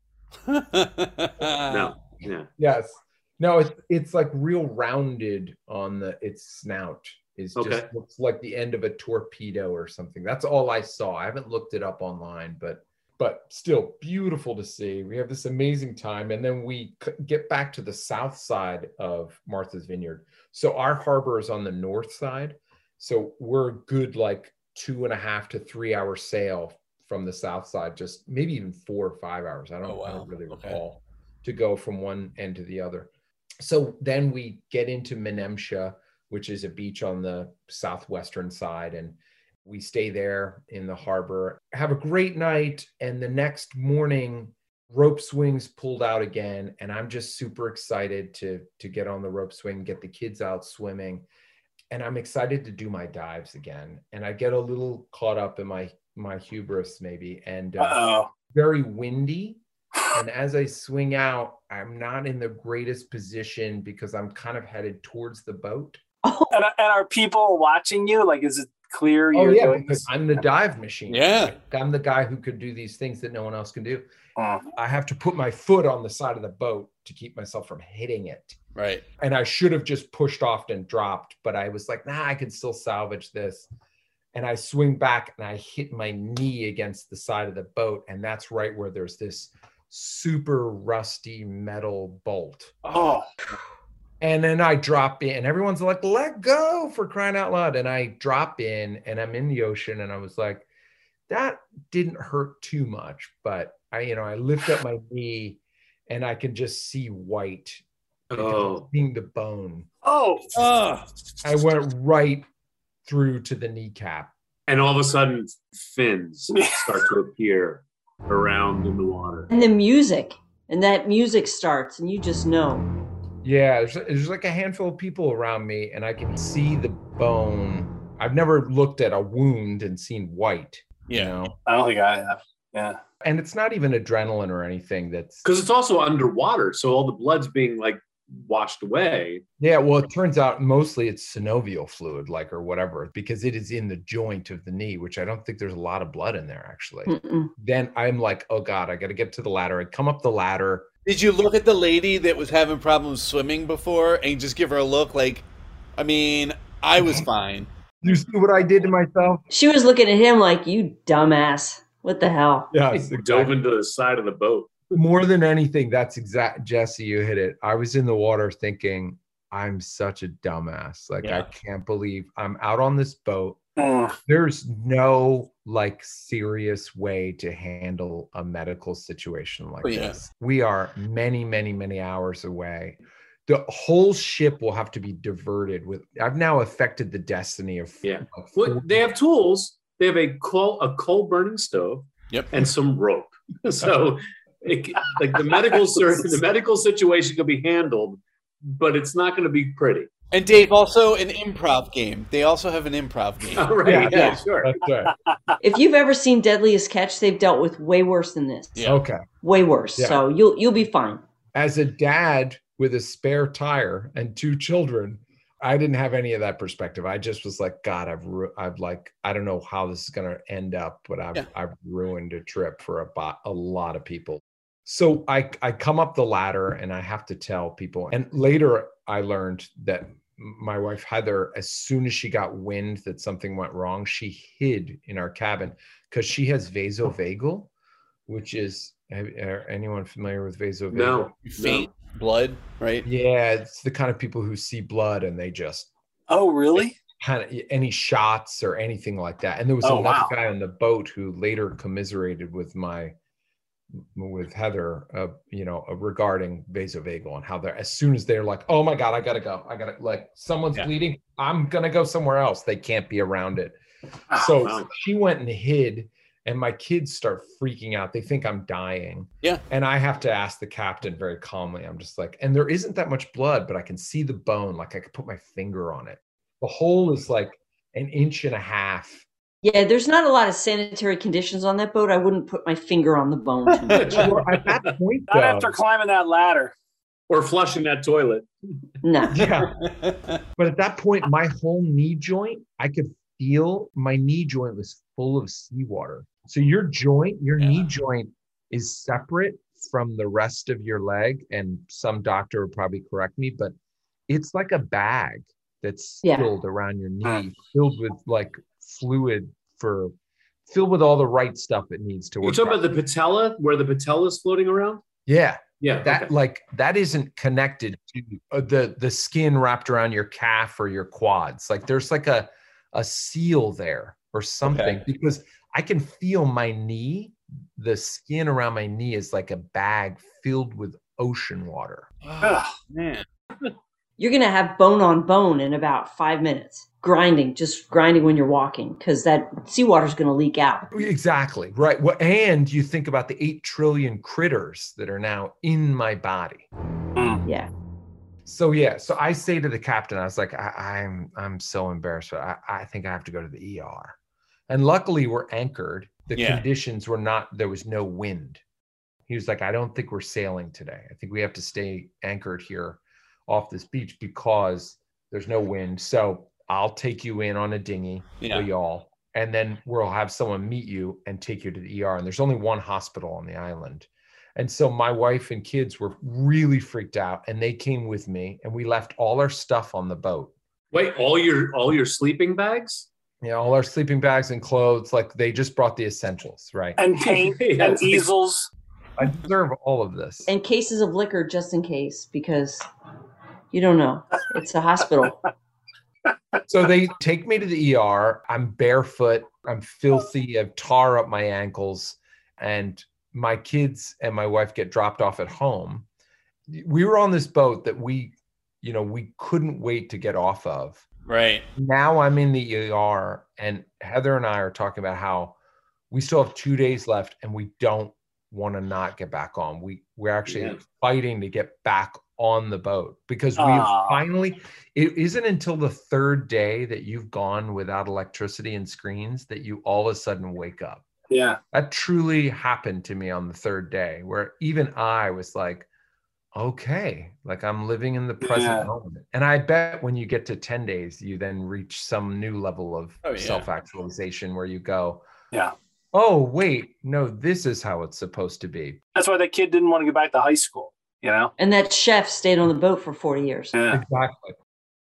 Speaker 2: no. Uh,
Speaker 4: [laughs] No. Yeah.
Speaker 5: yes. No, it's it's like real rounded on the its snout. It's
Speaker 4: Okay.
Speaker 5: just looks like the end of a torpedo or something. That's all I saw. I haven't looked it up online, but but still beautiful to see. We have this amazing time, and then we c- get back to the south side of Martha's Vineyard. So our harbor is on the north side. So we're a good like two and a half to three hour sail from the south side, just maybe even four or five hours. I don't,
Speaker 2: Oh,
Speaker 5: I don't
Speaker 2: wow.
Speaker 5: really
Speaker 2: Okay.
Speaker 5: recall to go from one end to the other. So then we get into Menemsha, which is a beach on the southwestern side, and we stay there in the harbor, have a great night, and the next morning rope swings pulled out again and i'm just super excited to to get on the rope swing get the kids out swimming and i'm excited to do my dives again and i get a little caught up in my my hubris maybe and uh,
Speaker 1: Uh
Speaker 5: very windy and as i swing out i'm not in the greatest position because i'm kind of headed towards the boat
Speaker 1: oh. And, and are people watching you? Like, is it clear
Speaker 5: oh
Speaker 1: you're
Speaker 5: yeah
Speaker 1: doing
Speaker 5: because
Speaker 1: this?
Speaker 5: i'm the dive machine
Speaker 2: Yeah.
Speaker 5: i'm the guy who could do these things that no one else can do
Speaker 1: Uh,
Speaker 5: i have to put my foot on the side of the boat to keep myself from hitting it
Speaker 2: Right.
Speaker 5: and I should have just pushed off and dropped, but I was like, nah, I can still salvage this. And I swing back and I hit my knee against the side of the boat. And that's right where there's this super rusty metal bolt.
Speaker 1: oh,
Speaker 5: And then I drop in, and everyone's like, let go for crying out loud. And I drop in and I'm in the ocean. And I was like, that didn't hurt too much. But I, you know, I lift up my knee and I can just see white,
Speaker 4: Oh.
Speaker 5: being the bone.
Speaker 1: oh,
Speaker 2: Oh.
Speaker 5: I went right through to the kneecap.
Speaker 4: And all of a sudden, fins start to appear around in the water.
Speaker 3: And the music, and that music starts, and you just know.
Speaker 5: Yeah, there's, there's like a handful of people around me, and I can see the bone. I've never looked at a wound and seen white, you
Speaker 2: Yeah.
Speaker 5: know.
Speaker 1: I don't think I have. Yeah.
Speaker 5: And it's not even adrenaline or anything. That's
Speaker 4: Because it's also underwater. So all the blood's being like washed away.
Speaker 5: yeah. Well, it turns out mostly it's synovial fluid, like or whatever, because it is in the joint of the knee, which I don't think there's a lot of blood in there actually.
Speaker 3: Mm-mm.
Speaker 5: Then I'm like, oh god, I got to get to the ladder. I come up the ladder.
Speaker 2: Did you look at the lady that was having problems swimming before and just give her a look like, I mean, I was fine.
Speaker 5: You see what I did to myself?
Speaker 3: She was looking at him like, you dumbass. What the hell?
Speaker 5: Yeah,
Speaker 4: Dove into the side of the boat.
Speaker 5: [laughs] more than anything, that's exact Jesse, you hit it. I was in the water thinking, I'm such a dumbass. Like I
Speaker 2: Yeah.
Speaker 5: can't believe I'm out on this boat.
Speaker 1: Mm.
Speaker 5: There's no like serious way to handle a medical situation like
Speaker 2: Oh, yeah.
Speaker 5: this. We are many, many, many hours away. The whole ship will have to be diverted with I've now affected the destiny of
Speaker 4: Yeah.
Speaker 5: of
Speaker 4: What, they have tools. They have a coal, a coal burning stove
Speaker 2: Yep.
Speaker 4: and some rope. [laughs] So, it, c- like the medical sur- the medical situation could be handled, but it's not going to be pretty. [laughs]
Speaker 2: And Dave, also an improv game. They also have an improv
Speaker 4: [laughs]
Speaker 2: game.
Speaker 4: All right.
Speaker 5: Yeah,
Speaker 4: Yeah,
Speaker 2: yeah.
Speaker 4: sure.
Speaker 5: That's right.
Speaker 3: If you've ever seen Deadliest Catch, they've dealt with way worse than this.
Speaker 2: Yeah.
Speaker 5: [laughs] Okay.
Speaker 3: Way worse.
Speaker 5: Yeah.
Speaker 3: So you'll you'll be fine.
Speaker 5: as a dad with a spare tire and two children i didn't have any of that perspective i just was like god i've ru- i've like i don't know how this is going to end up but i've
Speaker 2: Yeah.
Speaker 5: i've ruined a trip for a, bo- a lot of people so i i come up the ladder and i have to tell people and later i learned that my wife heather as soon as she got wind that something went wrong she hid in our cabin because she has vasovagal which is have- are anyone familiar with vasovagal
Speaker 4: No.
Speaker 2: Faint blood,
Speaker 5: [laughs]
Speaker 2: right? [laughs]
Speaker 5: yeah, it's the kind of people who see blood and they just
Speaker 1: Oh, really?
Speaker 5: kind of any shots or anything like that. And there was
Speaker 1: Oh,
Speaker 5: another
Speaker 1: wow.
Speaker 5: guy on the boat who later commiserated with my with Heather, uh, you know, uh, regarding vasovagal and how they're as soon as they're like, "Oh my God, I gotta go, I gotta like someone's
Speaker 4: Yeah.
Speaker 5: bleeding, I'm gonna go somewhere else." They can't be around it. so
Speaker 4: wow.
Speaker 5: she went and hid, and my kids start freaking out. They think I'm dying.
Speaker 2: Yeah.
Speaker 5: and I have to ask the captain very calmly. I'm just like, and there isn't that much blood, but I can see the bone. Like I could put my finger on it. The hole is like an inch and a half.
Speaker 3: Yeah, there's not a lot of sanitary conditions on that boat. I wouldn't put my finger on the bone.
Speaker 2: [laughs]
Speaker 3: too much.
Speaker 5: Well, at that point,
Speaker 1: Not
Speaker 5: though-
Speaker 1: after climbing that ladder.
Speaker 4: or flushing that toilet.
Speaker 3: no.
Speaker 5: yeah.
Speaker 4: [laughs]
Speaker 5: But at that point, my whole knee joint, I could feel my knee joint was full of seawater. So your joint, your knee
Speaker 2: Yeah.
Speaker 5: joint is separate from the rest of your leg. And some doctor would probably correct me, but it's like a bag that's
Speaker 3: Yeah.
Speaker 5: filled around your knee, filled with like fluid for filled with all the right stuff it needs to
Speaker 4: You
Speaker 5: work.
Speaker 4: talking about the
Speaker 5: properly.
Speaker 4: patella where the patella is floating around?
Speaker 5: yeah
Speaker 4: Yeah,
Speaker 5: that
Speaker 4: okay.
Speaker 5: like that isn't connected to uh, the the skin wrapped around your calf or your quads like there's like a a seal there or something
Speaker 2: Okay.
Speaker 5: because i can feel my knee the skin around my knee is like a bag filled with ocean water
Speaker 1: Ugh.
Speaker 2: man.
Speaker 3: You're going to have bone on bone in about five minutes. Grinding, just grinding when you're walking, because that seawater's going to leak out.
Speaker 5: exactly right Wha- and you think about the 8 trillion critters that are now in my body
Speaker 3: Yeah.
Speaker 5: so yeah so i say to the captain i was like I, i'm i'm so embarrassed but I, I think i have to go to the er and luckily we're anchored the
Speaker 2: Yeah.
Speaker 5: conditions were not there was no wind he was like i don't think we're sailing today i think we have to stay anchored here off this beach because there's no wind so i'll take you in on a dinghy
Speaker 2: Yeah.
Speaker 5: for y'all and then we'll have someone meet you and take you to the er and there's only one hospital on the island and so my wife and kids were really freaked out and they came with me and we left all our stuff on the boat.
Speaker 4: Wait, all your all your sleeping bags?
Speaker 5: You know, all our sleeping bags and clothes, like they just brought the essentials, right?
Speaker 4: [laughs]
Speaker 1: And paint
Speaker 4: Yeah,
Speaker 1: and
Speaker 4: it's like-
Speaker 1: easels.
Speaker 5: I deserve all of this.
Speaker 3: And cases of liquor just in case, because you don't know. It's a hospital.
Speaker 5: So they take me to the ER. I'm barefoot, I'm filthy, I've tar up my ankles, and my kids and my wife get dropped off at home. We were on this boat that we, you know, we couldn't wait to get off of.
Speaker 2: Right.
Speaker 5: now I'm in the ER, and Heather and I are talking about how we still have two days left, and we don't want to not get back on. We we're actually
Speaker 4: Yeah.
Speaker 5: fighting to get back on the boat because we
Speaker 1: Aw.
Speaker 5: finally. It isn't until the third day that you've gone without electricity and screens that you all of a sudden wake up.
Speaker 1: Yeah.
Speaker 5: That truly happened to me on the third day, where even I was like, okay, like I'm living in the present
Speaker 1: Yeah.
Speaker 5: moment. And I bet when you get to 10 days, you then reach some new level of
Speaker 2: Oh, yeah.
Speaker 5: self actualization where you go,
Speaker 1: Yeah.
Speaker 5: Oh, wait, no, this is how it's supposed to be.
Speaker 1: That's why that kid didn't want to go back to high school, you know?
Speaker 3: And that chef stayed on the boat for 40 years.
Speaker 1: Yeah.
Speaker 5: Exactly.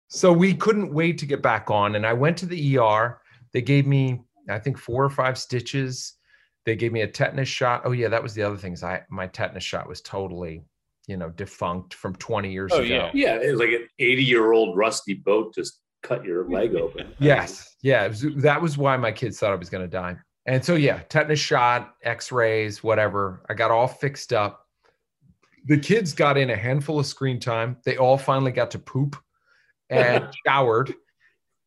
Speaker 5: So we couldn't wait to get back on. And I went to the ER. They gave me, I think, four or five stitches. They gave me a tetanus shot. Oh, yeah, that was the other things. I my tetanus shot was totally, you know, defunct from 20 years
Speaker 2: Oh,
Speaker 5: ago.
Speaker 2: yeah.
Speaker 4: Yeah, it's like an 80 year old rusty boat just cut your leg open.
Speaker 5: Yes. Yeah. it was- that was why my kids thought I was going to die. And so, yeah, tetanus shot, x rays, whatever. I got all fixed up. The kids got in a handful of screen time. They all finally got to poop
Speaker 1: [laughs]
Speaker 5: and showered.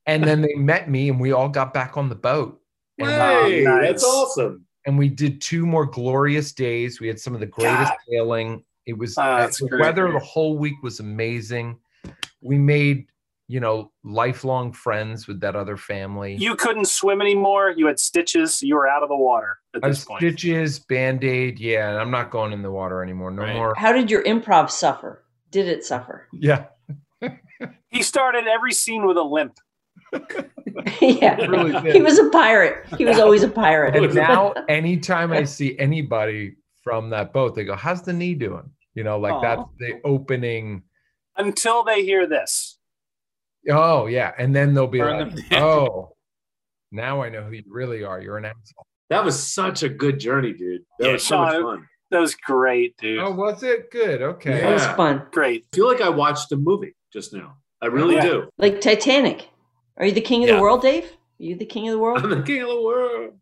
Speaker 5: And then they met me and we all got back on the boat. And,
Speaker 4: Hey,
Speaker 1: Wow, Oh, nice.
Speaker 4: that's awesome.
Speaker 5: and we did two more glorious days. We had some of the greatest
Speaker 1: God.
Speaker 5: sailing. It was
Speaker 1: Ah,
Speaker 5: uh,
Speaker 1: that's
Speaker 5: the
Speaker 1: great.
Speaker 5: weather the whole week was amazing. We made, you know, lifelong friends with that other family.
Speaker 1: You couldn't swim anymore. You had stitches. so you were out of the water at
Speaker 5: Uh,
Speaker 1: this point.
Speaker 5: stitches, band aid. Yeah, and I'm not going in the water anymore. No
Speaker 2: Right.
Speaker 5: more.
Speaker 3: How did your improv suffer? Did it suffer? [laughs]
Speaker 5: Yeah,
Speaker 1: He started every scene with a limp.
Speaker 3: yeah.
Speaker 5: it really
Speaker 3: He
Speaker 5: did.
Speaker 3: was a pirate. He was always a pirate.
Speaker 5: and now, anytime I see anybody from that boat, they go, "How's the knee doing?" You know, like
Speaker 3: Aw.
Speaker 5: that's the opening.
Speaker 1: Until they hear this.
Speaker 5: Oh yeah, and then they'll be
Speaker 2: Burn
Speaker 5: like, "Oh, now I know who you really are. You're an asshole."
Speaker 4: That was such a good journey, dude. That
Speaker 1: Yeah,
Speaker 4: was so much
Speaker 1: Sean,
Speaker 4: fun.
Speaker 1: That was great, dude.
Speaker 5: Oh, was it good? Okay.
Speaker 3: That was
Speaker 4: Yeah.
Speaker 3: fun.
Speaker 1: Great.
Speaker 4: I feel like I watched a movie just now. I really
Speaker 1: Yeah.
Speaker 4: do. [laughs]
Speaker 3: Like Titanic. Are you the king of
Speaker 4: Yeah.
Speaker 3: the world, Dave? you the king of the world?
Speaker 4: I'm the king of the world.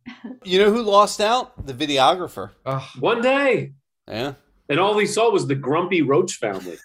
Speaker 2: You know who lost out? The videographer.
Speaker 5: Ugh.
Speaker 4: One day.
Speaker 2: Yeah.
Speaker 4: And all he saw was the grumpy roach family.